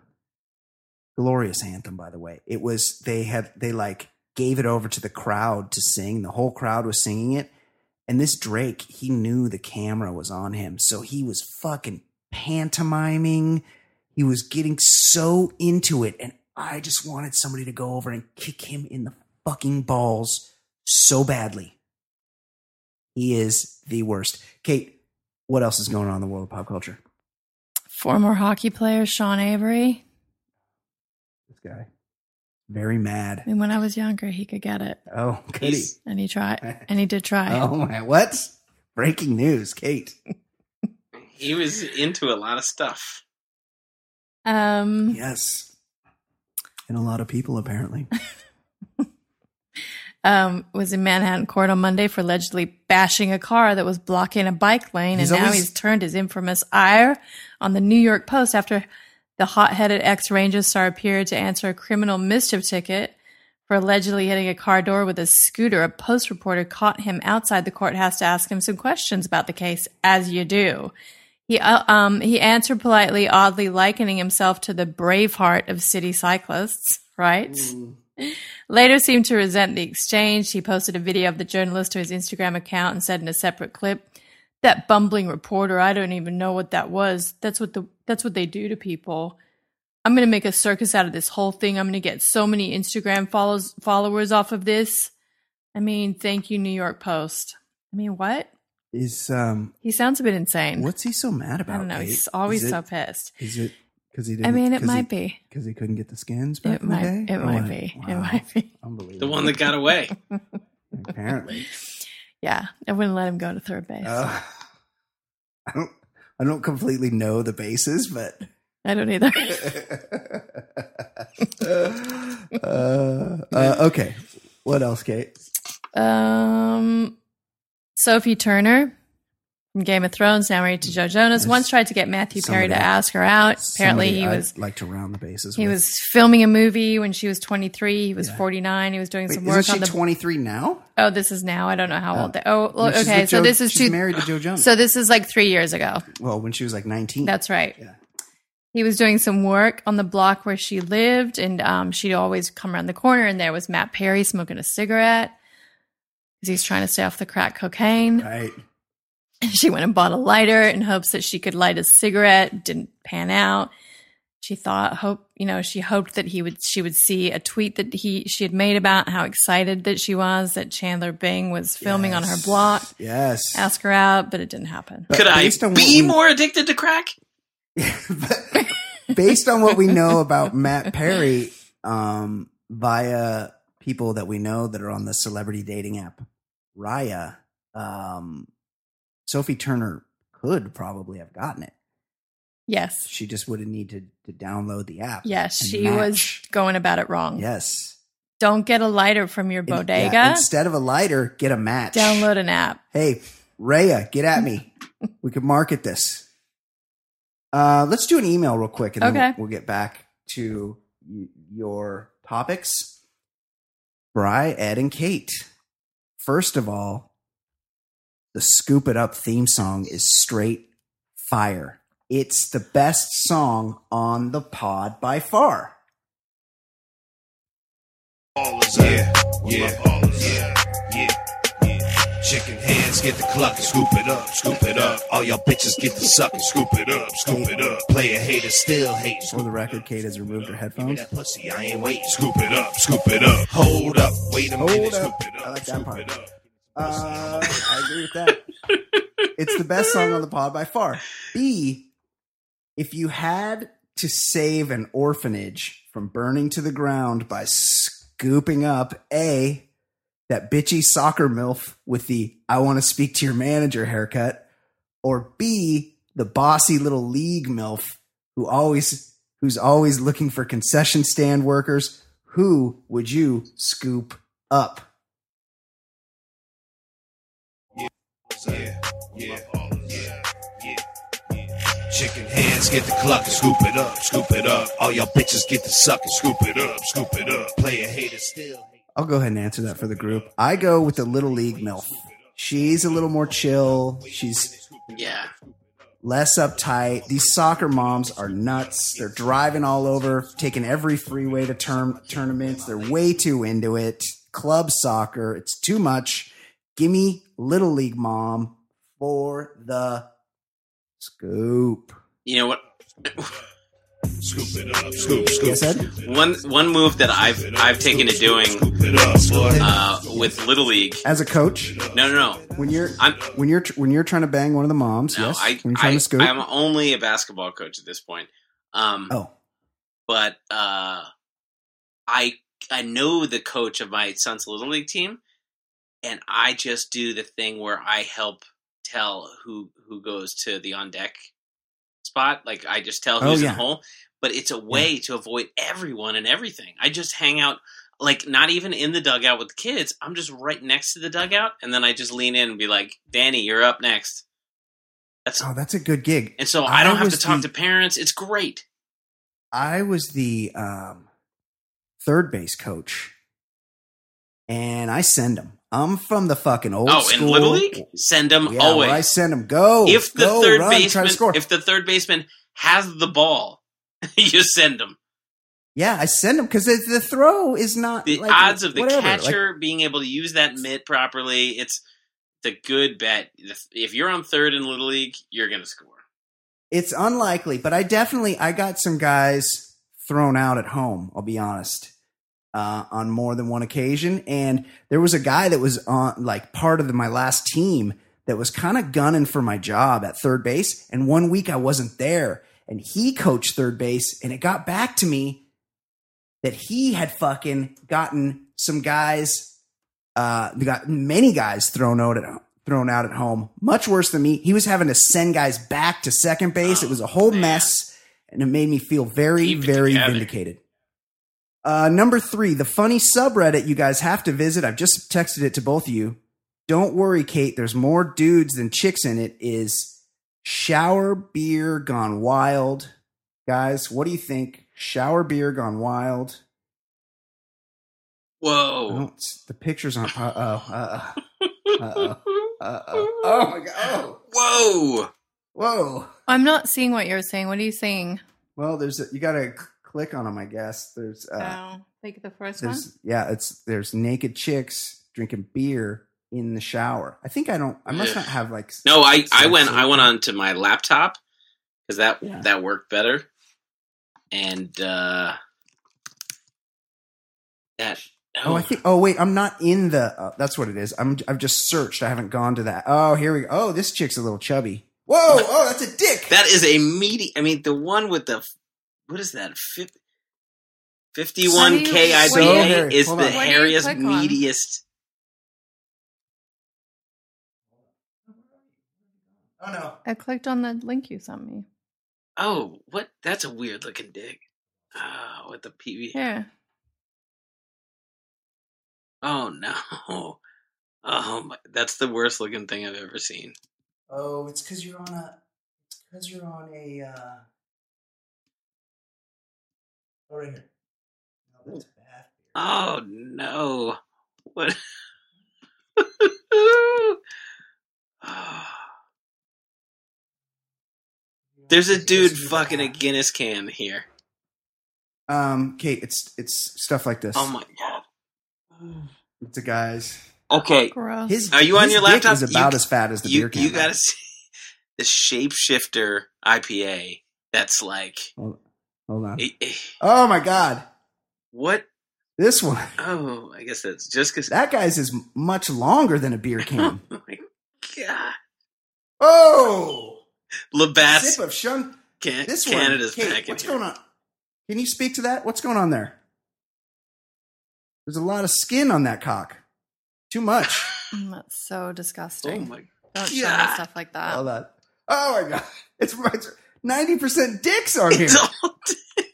glorious anthem by the way. It was they had they like gave it over to the crowd to sing. The whole crowd was singing it, and this Drake he knew the camera was on him, so he was fucking pantomiming. He was getting so into it, and I just wanted somebody to go over and kick him in the fucking balls so badly. He is the worst. Kate, what else is going on in the world of pop culture?
Former hockey player Sean Avery.
This guy. Very mad.
I mean, when I was younger, he could get it,
Oh, <laughs> goody.
He's-
and he tried, and he did try.
<laughs> Oh my what? Breaking news, Kate.
<laughs>
Mm-hmm.
He was into a lot of stuff.
Um,
Yes. And a lot of
<laughs>
people apparently.
um, was in Manhattan court on Monday for allegedly bashing a car that was blocking a bike lane,
He's
and now
always-
he's turned his infamous ire on the New York Post after the hot-headed ex-Ranger star appeared to answer a criminal mischief ticket for allegedly hitting a car door with a scooter. A Post reporter caught him outside the courthouse to ask him some questions about the case, as you do. He uh, um he answered politely, oddly likening himself to the Braveheart of city cyclists. Right. Later seemed to resent the exchange. He posted a video of the journalist to his Instagram account and said in a separate clip, "That bumbling reporter, I don't even know what that was. That's what the that's what they do to people. I'm going to make a circus out of this whole thing. I'm going to get so many Instagram follows followers off of this. I mean, thank you New York Post. I mean, what?
Is um
He sounds a bit insane.
what's he so mad about?
I don't know.
Kate?
He's always
is it,
so pissed.
Is it cuz he didn't
I mean, it might be.
because he couldn't get the skins back
It
in the
might.
day.
It
Or
might
what?
be. It
Oh, Wow.
might be. <laughs>
Unbelievable.
The one that got away.
apparently.
Yeah, I wouldn't let him go to third base.
Uh, <laughs> I don't I don't completely know the bases, but
I don't either.
<laughs> uh, uh, okay. What else, Kate?
Um, Sophie Turner from Game of Thrones, now married to Joe Jonas,
There's
once tried to get Matthew Perry to
somebody-
ask her out. Apparently,
Somebody
he
I'd
was
like to round the bases.
he
with.
was filming a movie when she was 23. He was
Yeah.
49. He was doing
Wait,
some
isn't
work on
she
the.
23 now?
oh, this is now. I don't know how
Oh.
old. They, oh, well,
No, she's
okay.
with
So
Joe-
this is
she's
two.
married to
<gasps>
Joe Jonas.
So this is like three years ago.
well, when she was like 19.
That's right.
Yeah.
He was doing some work on the block where she lived, and um, she'd always come around the corner, and there was Matt Perry smoking a cigarette because he's trying to stay off the crack cocaine.
right.
<laughs> She went and bought a lighter in hopes that she could light a cigarette. Didn't pan out. She thought, hope you know, she hoped that he would. She would see a tweet that he she had made about how excited that she was that Chandler Bing was filming on her
Yes.
block,
Yes.
ask her out, but it didn't happen.
But
Could I
based on what
be
we-
more addicted to crack?
But based on what we know about Matt Perry um, via people that we know that are on the celebrity dating app, Raya, um, Sophie Turner could probably have gotten it.
Yes,
She just wouldn't need to, to download the app.
yes,
and
she was
match.
going about it wrong.
Yes.
Don't get a lighter from your
In- yeah,
bodega.
instead of a lighter, get a match.
Download an app.
Hey, Raya, get at me. we could market this. Uh, let's do an email real quick, and then
Okay.
we'll, we'll get back to y- your topics. Bry, Ed, and Kate. First of all, the "Scoop It Up" theme song is straight fire. It's the best song on the pod by far.
Ballers yeah, yeah, ballers yeah, yeah, yeah. Chicken hands get the cluck and scoop it up, scoop it up. All y'all bitches get the suck and scoop it up, scoop it up. Player hater still hating.
For the record, Kate has removed her headphones.
That pussy, I ain't waiting. Scoop it up, scoop it up. Hold up, wait a
Hold
minute.
up.
Scoop it up,
I like that
scoop
part.
it up.
Uh, I agree with that. it's the best song on the pod by far. B, if you had to save an orphanage from burning to the ground by scooping up A, that bitchy soccer milf with the I want to speak to your manager haircut, or B, the bossy little league milf who always who's always looking for concession stand workers, who would you scoop up?
Yeah, yeah, yeah, yeah, yeah. Chicken hands get the cluck and scoop it up, scoop it up. All y'all bitches get the suck and scoop it up, scoop it up. Player hater still hating.
I'll go ahead and answer that for the group. I go with the little league MILF. She's a little more chill. She's
Yeah.
less uptight. These soccer moms are nuts. They're driving all over, taking every freeway to term tournaments. They're way too into it. Club soccer, it's too much. Gimme little league mom for the scoop.
You know what?
Scoop it up, scoop, scoop.
I said?
One one move that I've I've taken to doing
Scoop it up, boy.
uh, with Little League.
As a coach,
No, no, no.
when you're
I'm
when you're when you're trying to bang one of the moms,
no.
yes,
I,
when you're trying
I
to scoop.
I'm only a basketball coach at this point. Um,
oh,
but uh, I I know the coach of my son's little league team, and I just do the thing where I help tell who who goes to the on deck spot. Like I just tell
Oh,
who's
yeah.
in the hole. But it's a way to avoid everyone and everything. I just hang out, like not even in the dugout with the kids. I'm just right next to the dugout, and then I just lean in and be like, "Danny, you're up next." That's
oh, that's a good gig.
and so I don't
I
have to
was
talk
the-
to parents. It's great.
I was the um, third base coach, and I send them. I'm from the fucking old
oh,
school.
in little league, send them
Yeah,
always.
where I send them. Go
if the
go,
third
run, try to score.
baseman if the third baseman has the ball, <laughs> you send him.
yeah, I send them because the, the throw is not
The
like,
odds of the
whatever, like-
catcher being able to use that mitt properly, it's the good bet. If- If you're on third in little league, you're going to score.
it's unlikely, but I definitely I got some guys thrown out at home. I'll be honest, uh, on more than one occasion, and there was a guy that was on like part of the, my last team that was kind of gunning for my job at third base, and one week I wasn't there, and he coached third base, and it got back to me that he had fucking gotten some guys, uh, got many guys thrown out at thrown out at home, much worse than me. He was having to send guys back to second base. it was a whole
man.
mess, and it made me feel very,
Keep it
very
together.
vindicated. Uh, number three, the funny subreddit you guys have to visit. I've just texted it to both of you. Don't worry, Kate. There's more dudes than chicks in it. Is shower beer gone wild? Guys, what do you think? Shower beer gone wild. I
Whoa.
don't, the pictures aren't. Po- oh, uh, uh, uh, oh, oh my god! Oh,
Whoa.
whoa!
I'm not seeing what you're saying. What are you saying?
Well, there's a, you got to click on them, I guess. There's, uh,
oh, like the first one.
there's, yeah, it's there's naked chicks drinking beer in the shower. I think I don't. I must
Ugh.
not have like. s-
No, I, I went
sensation.
I went on to my laptop cuz that
Yeah.
that worked better. And uh that
Oh, I think. Oh, wait, I'm not in the. Uh, that's what it is. I'm. I've just searched. I haven't gone to that. Oh, here we go. Oh, this chick's a little chubby. Whoa! Oh, that's a dick.
That is a meaty. I mean, the one with the what is that? Fif- Fifty-one
What do
K
you-
IBA
what do you-
So
is the
What do
hairy. Hold on.
you
hairiest,
click on?
meatiest.
oh no.
I clicked on the link you sent me.
Oh, what? That's a weird looking dick. Ah, with the PV.
Yeah.
Oh no. <laughs> Oh, my, that's the worst looking thing I've ever seen.
Oh, it's because you're on a. It's because you're on a. Uh... Oh, right here. Oh, that's bad.
Oh no. What? <laughs> There's a dude fucking a Guinness can here.
Um, Kate, it's it's stuff like this.
Oh my god.
<sighs> It's a guy's.
Okay,
Gross.
His.
Are you on
his
your
dick
laptop?
Is about
You-
as fat as the
you
beer can.
you gotta <laughs> see the shapeshifter IPA. That's like
Hold, hold on.
eh, eh,
Oh my god,
what?
this one. <laughs>
Oh, I guess that's just because.
That guy's is much longer than a beer can.
<laughs> Oh my god,
oh,
Labatt's
sip of shun.
can,
This one.
Canada's
Kate,
back in
what's
here.
going on? Can you speak to that? What's going on there? There's a lot of skin on that cock. Too much.
<laughs>
Mm, that's so disgusting.
Oh my
Don't show me
God.
stuff like that.
All that. Oh my god. <laughs> It's ninety percent dicks on here.
It's all <laughs>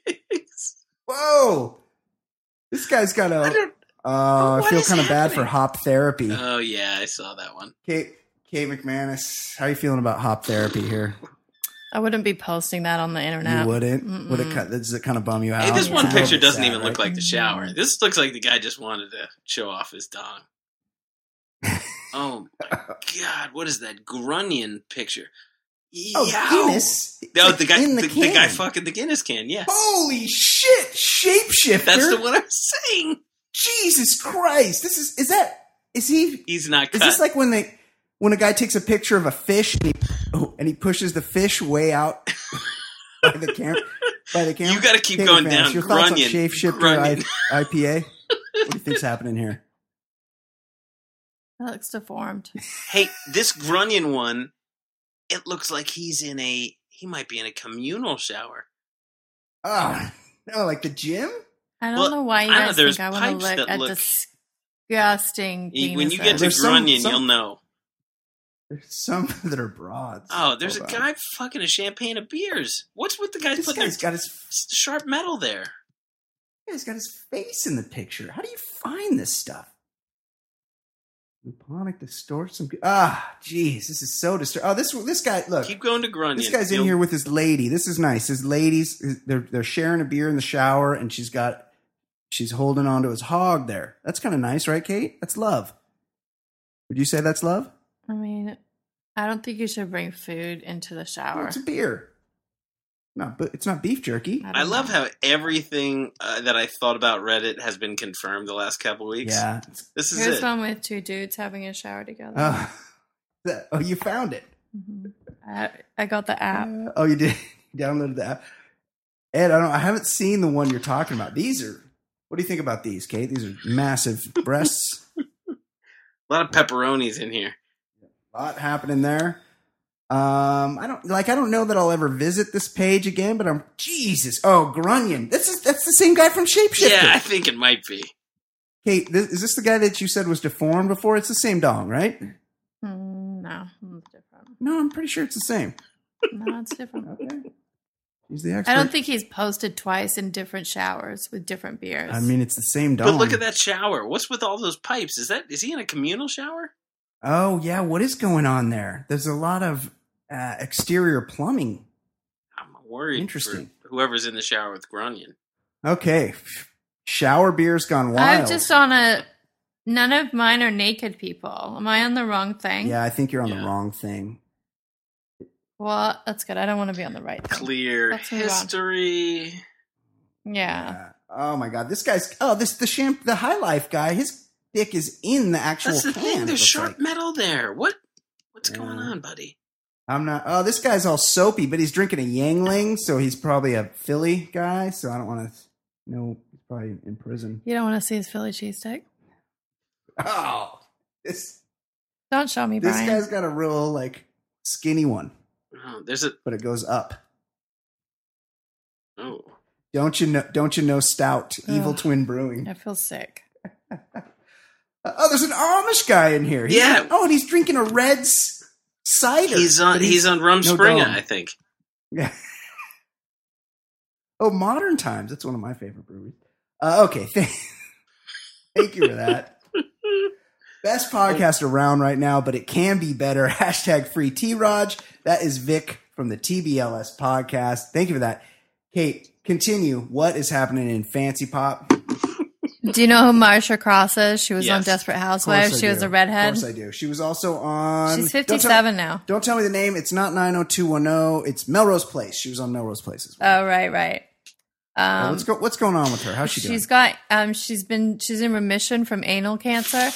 dicks.
Whoa. This guy's got
I
a.
don't-
Oh, I
what
feel
is
kind of bad for
happening?
hop therapy.
Oh yeah, I saw that one.
Kate, Kate McManus, how are you feeling about hop therapy here?
I wouldn't be posting that on the internet.
You wouldn't?
Mm-mm.
Would it cut? Does it kind of bum you out?
Hey, this one
yeah.
picture
It's
doesn't
Oh, sad,
even look
right?
like the shower. This looks like the guy just wanted to show off
<laughs>
his dong. oh my god, what is that grunion picture?
Oh,
Yow.
penis.
No, the guy,
in
the,
the
the guy
can.
fucking the Guinness can. Yeah,
Holy shit! Shapeshifter.
that's the one I'm saying.
Jesus Christ! This is is that is he
He's not
Is
cut.
this like when they when a guy takes a picture of a fish and he, oh, and he pushes the fish way out <laughs> by the camera? by the camera.
You gotta keep
Tater
going
fans,
down.
Your thoughts on
Grunion.
Shape Shifter I-
Grunion.
IPA? What do you think's happening here?
That looks deformed.
Hey, this Grunion one, it looks like he's in a he might be in a communal shower.
Ah, no, like the gym.
I don't
Well,
know why you
I know
guys
there's
think I want
pipes
to look
that
at
look-
disgusting
You- When you get to
penises.
There's some-
Grunion,
some-
you'll know.
There's some <laughs> that are broads.
Oh, there's a
Hold on.
guy fucking a champagne of beers. What's with the guys
This
putting their
guy's got his
s- sharp metal there?
He's got his face in the picture. How do you find this stuff? Luponic distorts some. Ah, jeez, this is so disturbing. Oh, this this guy. Look,
Keep going to Grunion.
this guy's in
You'll-
here with his lady. This is nice. His ladies, they're they're sharing a beer in the shower, and she's got she's holding on to his hog there. That's kind of nice, right, Kate? That's love. Would you say that's love?
I mean, I don't think you should bring food into the
Oh,
shower.
it's a beer. Not, but it's not beef jerky.
I don't
I love
know.
how everything uh, that I thought about Reddit has been confirmed the last couple weeks.
Yeah. it's-
This is
Here's
it.
one with two dudes having a shower together.
Oh, <laughs> that- oh, you found it.
Mhm. I, I got the app.
Uh, oh, you did <laughs> You downloaded the app. Ed, I don't. I haven't seen the one you're talking about. These are. What do you think about these, Kate? These are massive breasts.
A lot of pepperonis in here.
A lot happening there. Um, I don't like. I don't know that I'll ever visit this page again. But I'm Jesus. Oh, Grunion. This is that's the same guy from Shapeshifter.
Yeah, I think it might be.
Kate, this, is this the guy that you said was deformed before? It's the same dong, right?
Mm, no, it's different.
No, I'm pretty sure it's the same.
No, it's different.
<laughs>
<laughs>
Okay. He's the expert.
I don't think he's posted twice in different showers with different beers.
I mean, it's the same dong.
But look at that shower. What's with all those pipes? Is that is he in a communal shower?
Oh yeah, what is going on there? There's a lot of uh, exterior plumbing.
I'm worried.
Interesting.
For whoever's in the shower with Grunion.
Okay, shower beer's gone wild.
I'm just on a. None of mine are naked people. Am I on the wrong thing?
yeah, I think you're on the
Yeah.
wrong thing.
Well, that's good. I don't want to be on the right thing.
Clear
Let's move on.
history.
Yeah.
Uh, oh my god, this guy's oh this the champ the high life guy. His dick is in the actual
That's the
can,
thing.
it looks
There's sharp
like.
metal there. What? What's going
Yeah.
on, buddy?
I'm not. Oh, this guy's all soapy, but he's drinking a Yangling, so he's probably a Philly guy. So I don't want to. No, he's probably in prison.
You don't want to see his Philly cheesesteak?
Oh, this
Don't show me,
this
Brian.
guy's got a real like skinny one,
Oh, there's a
but it goes up.
oh.
Don't you know? Don't you know? Stout, evil
Ugh.
twin brewing.
I feel sick.
Uh, oh, there's an Amish guy in here. He's-
Yeah.
oh, and he's drinking a red s- cider.
He's on
But
he's, on Rum
no
Springer,
dome.
I think.
Yeah. oh, modern times. That's one of my favorite breweries. Uh, okay, <laughs> thank, thank you for
<laughs>
that. Best podcast around right now, but it can be better. <laughs> Hashtag free T Raj. That is Vic from the TBLS podcast. Thank you for that. Kate, continue. What is happening in Fancy Pop?
Do you know who Marsha Cross is? She was on
Yes.
Desperate
Of course
Housewives.
I
She was
do.
a redhead.
Of course I do. She was also on.
She's
Don't tell me-
57 now.
Don't tell me the name. It's not 90210. It's Melrose Place. She was on Melrose Place as well.
Oh, right, right.
Well,
Um,
Oh, what's, go- what's going on with her? How's she doing?
she's got um she's been she's in remission from anal cancer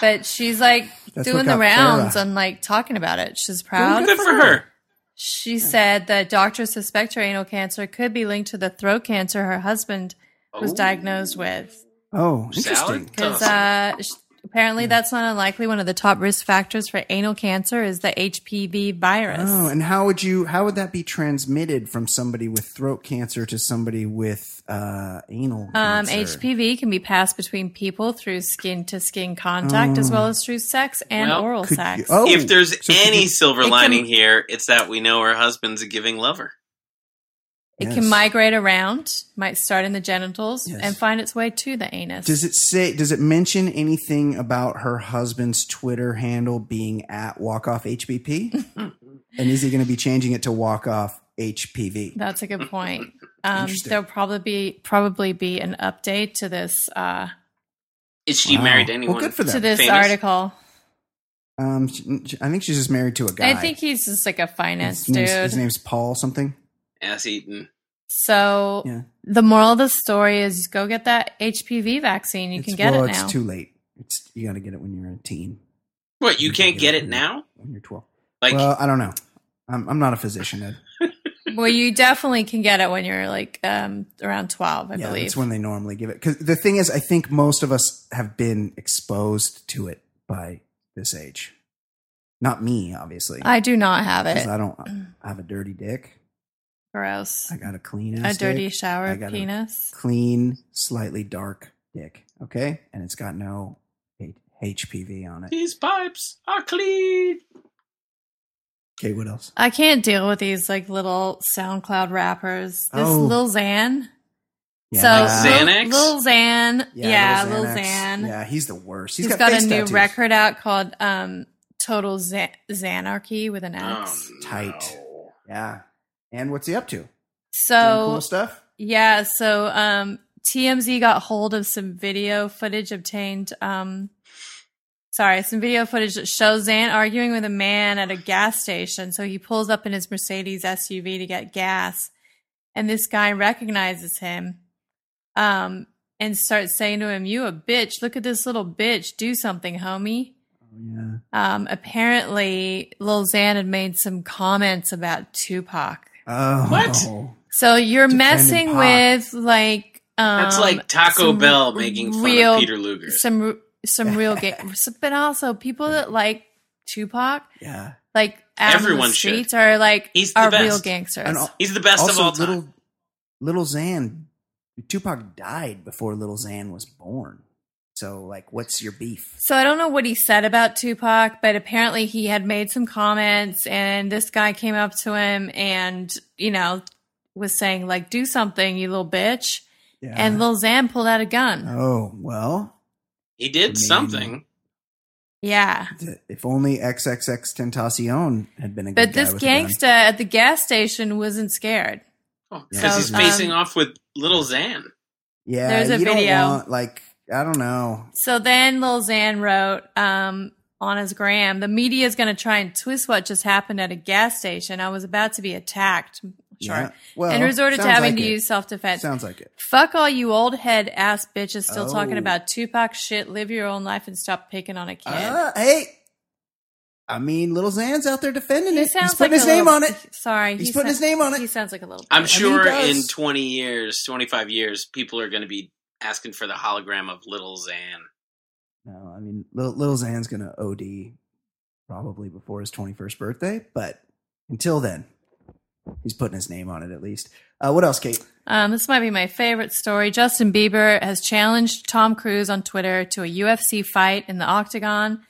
but she's like
That's what
doing the
got
rounds
Farrah.
and like talking about it she's
Good
proud
Good
for
for her.
she said that doctors suspect her anal cancer could be linked to the throat cancer her husband was
Oh.
diagnosed with
oh, interesting.
Salad?
because
Tough.
uh, sh-
Hmm.
apparently that's not unlikely one of the top risk factors for anal cancer is the hpv virus
Oh, and how would you? How would that be transmitted from somebody with throat cancer to somebody with uh, anal?
Um,
cancer?
HPV can be passed between people through skin to skin contact as well as through sex and
Well,
oral
Oh. Could
sex.
you- oh,
if there's
so could
any
you-
silver
It can-
lining here, it's that we know her husband's a giving lover.
It
Yes.
can migrate around, might start in the genitals,
Yes.
and find its way to the anus.
does it say? Does it mention anything about her husband's Twitter handle being at Walk Off
<laughs>
HBP? and is he going to be changing it to Walk Off HPV?
That's a good point.
<laughs>
Um,
Interesting.
there'll probably be probably be an update to this uh,
Is she
Wow.
married to
Well,
anyone?
good for them.
to this
Famous?
article.
Um, she- she- I think she's just married to a guy.
I think he's just like a finance
his name's,
dude.
his name's Paul something.
Ass eaten.
so
Yeah.
the moral of the story is go get that HPV vaccine. You
It's-
can get
well,
it now.
It's too late. It's you got to get it when you're a teen.
What, you can't get it now?
when you're 12.
Like
well, I don't know. I'm, I'm not a physician, Ed.
Well, you definitely can get it when you're like um, around 12, I
yeah,
believe.
that's when they normally give it. Because the thing is, I think most of us have been exposed to it by this age. Not me, obviously.
I do not have
'Cause
it.
I don't I have a dirty dick.
Gross.
I got a clean
A
ass.
dirty
dick. I
shower
gotta-
penis.
clean, slightly dark dick. Okay, and it's got no H- HPV on it.
These pipes are clean.
Okay, what else?
I can't deal with these like little SoundCloud rappers. This
Oh.
Lil Xan. So
Like
Lil,
Xanax?
Lil Xan. Yeah, Lil
Xanax.
Xan.
Yeah, he's the worst.
He's
got,
got,
face
a new
tattoos.
record out called um, Total Xan- Xanarchy with an X.
Oh,
Tight.
no.
Yeah, and what's he up to? Doing
so
cool stuff.
Yeah, so um TMZ got hold of some video footage obtained um sorry, some video footage that shows Zan arguing with a man at a gas station. So he pulls up in his Mercedes SUV to get gas and this guy recognizes him um and starts saying to him, "You a bitch. Look at this little bitch. Do something, homie."
Oh, yeah.
Um apparently Lil Xan had made some comments about Tupac.
Oh,
What?
So you're
Defending
messing with
Pac.
like um,
That's like Taco
some
Bell making fun
real-
of Peter Luger.
some
<laughs>
some real game, but also people that like Tupac,
Yeah.
like out in
Everyone
the
should.
streets are like
He's the
are
best.
real gangsters.
And al-
He's the best of
also,
all time.
little little Xan, Tupac died before little Xan was born. So, like, what's your beef?
So I don't know what he said about Tupac, but apparently he had made some comments and this guy came up to him and, you know, was saying like do something, you little bitch.
Yeah.
And Lil Xan pulled out a gun.
oh well, I
he
mean-
did something.
Yeah.
th- if only XXX Tentacion had been a good
But
guy
this
with a gun.
gangsta at the gas station wasn't scared.
Oh, Because
So,
he's facing
um,
off with Little Zan.
Yeah,
There's a
you don't
video.
want, like I don't know.
So then Lil Xan wrote um, on his gram, the media is going to try and twist what just happened at a gas station. I was about to be attacked. Sure.
Yeah, well,
and resorted to
sounds
having
like
to
it.
use self defense.
Sounds like it.
Fuck all you old head ass bitches still talking
Oh.
about Tupac shit. Live your own life and stop picking on a kid.
Uh, hey, I mean, little Zan's out there defending it. He's putting his
a
name
little-
on it.
<laughs> Sorry,
He's
he
putting
sa-
his name on it.
He sounds like a little.
I'm
bitch.
sure
does.
in 20 years, 25 years, people are going to be asking for the hologram of Little Zan. <laughs>
No, I mean, Lil, Lil Xan's gonna OD probably before his 21st birthday, but until then, he's putting his name on it at least. Uh, what else, Kate?
Um, this might be my favorite story. Justin Bieber has challenged Tom Cruise on Twitter to a UFC fight in the octagon,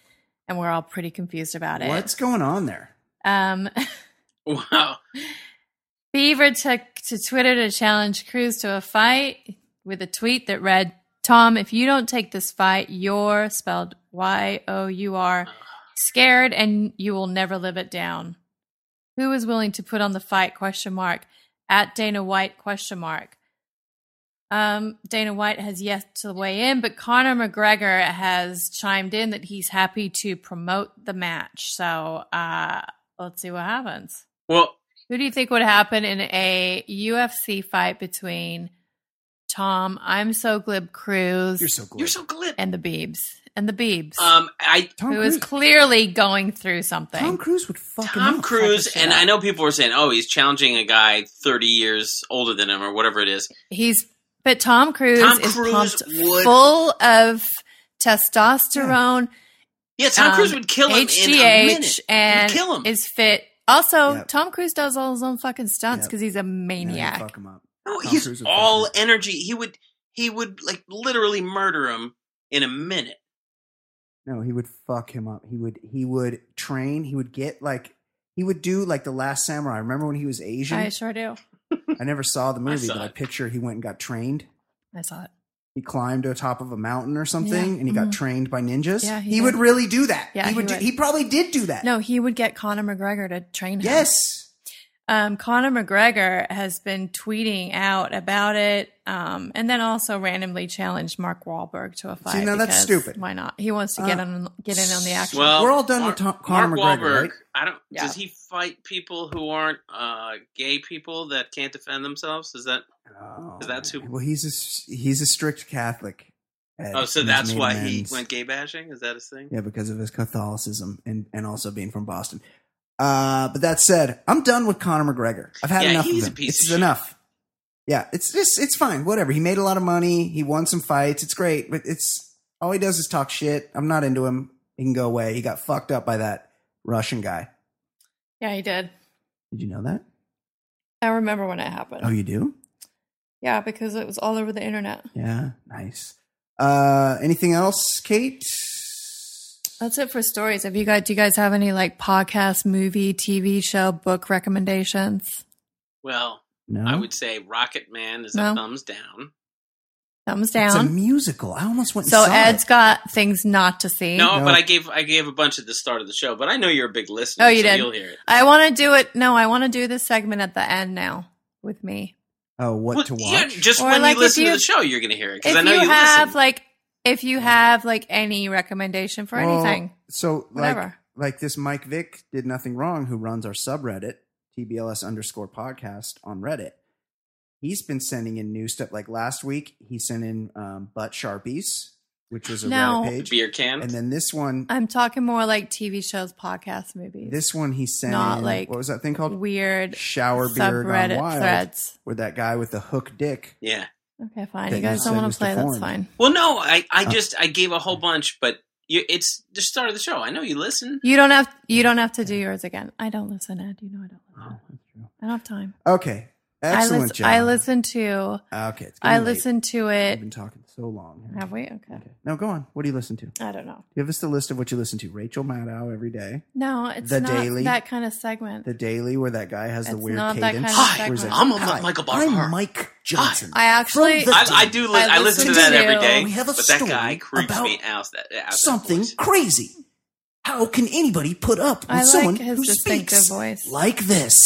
and we're all pretty confused about it.
What's going on there?
Um, <laughs>
Wow.
Bieber took to Twitter to challenge Cruz to a fight with a tweet that read, Tom, if you don't take this fight, you're spelled Y O U R, scared and you will never live it down. Who is willing to put on the fight question mark at Dana White question mark? Um, Dana White has yet to weigh in, but Conor McGregor has chimed in that he's happy to promote the match. So uh, let's see what happens.
Well,
Who do you think would happen in a UFC fight between Tom, I'm so glib Cruz,
You're so cool.
you're so glib.
and the Beebs? And the Beebs,
Um, I
Tom
who
Cruise.
is clearly going through something.
Tom Cruise would fucking
Tom
up.
Cruise,
Fuck this
and
shit
I
up.
know people were saying, "Oh, he's challenging a guy 30 years older than him, or whatever it is."
He's but Tom Cruise
Tom
is
Cruise
pumped
would-
full of testosterone,
Yeah, Tom
Um,
Cruise would kill him in a minute.
HGH,
He would
and
kill him.
is fit. Also,
Yep.
Tom Cruise does all his own fucking stunts
Yep.
because he's a
Yeah, he'd
maniac.
fuck him up. Tom
no,
Cruise
Oh, he's
would
all
fucking-
energy. He would, he would like literally murder him in a minute.
No, he would fuck him up. He would he would train. He would get like he would do like the Last Samurai. Remember when he was Asian?
I
I,
sure do.
never saw the movie,
saw
but I
it.
picture he went and got trained.
I saw it.
He climbed to the top of a mountain or something,
Yeah,
and he got
mhm.
trained by ninjas.
Yeah,
he,
he
would
did.
really do that.
Yeah,
he
he
would. do,
would.
he probably did do that.
No, he would get Conor McGregor to train him.
Yes.
Um, Conor McGregor has been tweeting out about it, um, and then also randomly challenged Mark Wahlberg to a fight.
now that's
because
stupid.
Why not? He wants to get
Uh,
on get in on the action.
Well,
We're all done
Mark-
with Tom, Conor
Mark
McGregor,
Wahlberg.
right?
I don't.
Yeah.
Does he fight people who aren't uh, gay people that can't defend themselves? Is that?
Oh,
That's who-
Well, he's a s- he's a strict Catholic. Ed,
Oh, so
and he's
that's
made
why he
amends.
went gay bashing. Is that his thing?
Yeah, because of his Catholicism and and also being from Boston. Uh, but that said, I'm done with Conor McGregor. I've had
Yeah,
enough
he's
of him.
a piece
it's
of shit.
enough. Yeah, it's just it's fine. Whatever. He made a lot of money. He won some fights. It's great, but it's all he does is talk shit. I'm not into him. He can go away. He got fucked up by that Russian guy.
Yeah, he did.
Did you know that?
I remember when it happened.
Oh, you do?
yeah, because it was all over the internet.
Yeah, nice. Uh, anything else, Kate?
That's it for stories. Have you got? Do you guys have any like podcast, movie, TV show, book recommendations?
Well,
No,
I would say Rocket Man is
No.
a thumbs down.
Thumbs
It's a
down.
musical. I almost went. and
So
saw
Ed's
it.
got things not to see.
No,
No.
but I gave I gave a bunch at the start of the show. But I know you're a big listener.
Oh, you
so
did.
You'll hear it.
I want to do it. No, I want to do this segment at the end now with me.
Oh, what
Well,
to watch?
yeah, just
Or
when
like if
you listen
you-
to the show, you're going to hear it
If
because I know
you,
you,
have
listen.
like, if you have like any recommendation for
Well,
anything,
So like
whatever.
like this Mike Vick did nothing wrong, who runs our subreddit, TBLS underscore podcast on Reddit. He's been sending in new stuff. Like last week, he sent in um, butt sharpies, which was a
No.
Reddit
The
page.
beer can.
And then this one,
I'm talking more like TV shows, podcasts, movies,
this one he sent.
Not
in-
like
what was that thing called?
weird
Shower beer gone
subreddit
wild,
threads.
where that guy with the hook dick.
yeah.
Okay, fine.
that
you
you
guys don't
said
want
was
to play. That's
deformed.
fine.
Well, no, I, I
Uh.
just I gave a whole bunch, but you, it's the start of the show. I know you listen.
You don't have. You don't have to do yours again. I don't listen, Ed. You know I don't. Listen.
Oh, that's true.
I don't have time.
Okay, excellent
I listen,
job.
I listen to.
Okay, it's
I
getting late.
listen to
We've
it.
been talking so long.
Have we? Okay.
Okay. No, go on. What do you listen to?
I don't know.
Give us the list of what you listen to. Rachel Maddow every day.
No, it's
The
not
Daily?
that kind of segment.
The Daily, where that guy has the
It's
weird
not that
cadence.
kind of
where he's
segment.
like,
I'm a
"Hi,
Michael Barber."
I'm Mike Johnson.
I actually.
From the-
I, I do. Li-
I
I, listen to
listen
that
to-
every day.
We have a
but that
story
guy creeps
about
me out. That, out that
Something
voice.
crazy. How can anybody put up with
I like
someone
his
who
distinctive
speaks
voice.
like this?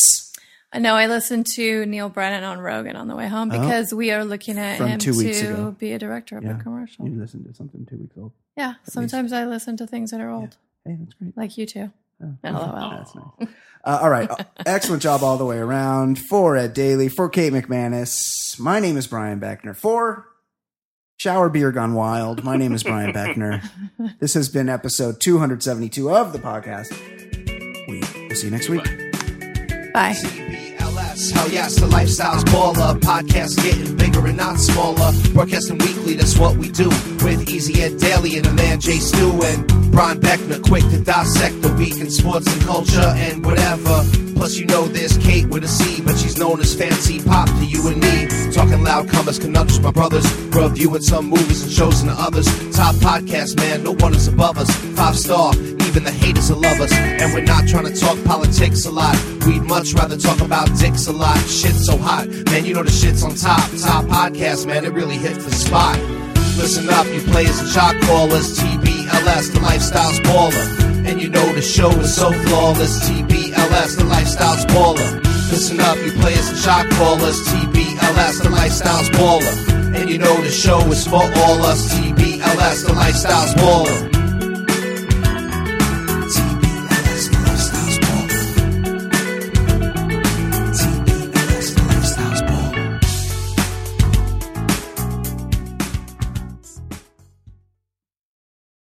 I know. I listened to Neil Brennan on Rogan on the way home
Oh.
because we are looking at
From
him
two weeks
to
ago.
be a director of
Yeah.
a commercial.
You listen to something two weeks old.
Yeah. Sometimes I listen to things that are old,
Hey, that's great.
like you two.
Oh,
LOL.
That's nice. Uh, all right. Excellent job all the way around. For Ed Daily, for Kate McManus, my name is Brian Beckner. For Shower Beer Gone Wild, my name is Brian Beckner. This has been episode 272 of the podcast. We will see you next week.
Bye.
TBLS. Hell yes, the lifestyle's baller. Podcast getting bigger and not smaller. Broadcasting weekly, that's what we do. With Easy Ed Daily and the man Jay Stu and Brian Beckner, quick to dissect the week in sports and culture and whatever. Plus, you know there's Kate with a C, but she's known as Fancy Pop to you and me. Talking loud, comers, conundrums, my brothers. Reviewing some movies and shows and the others. Top podcast, man, no one is above us. Five star, even the haters will love us. And we're not trying to talk politics a lot. We'd much rather talk about dicks a lot. Shit so hot, man, you know the shit's on top. Top podcast, man, it really hit the spot. Listen up, you players and shot callers. TBLS, the lifestyle's baller. And you know the show is so flawless. TBLS, the lifestyle's baller. Listen up, you players and shot callers. TBLS, the lifestyle's baller. And you know the show is for all us. TBLS, the lifestyle's baller.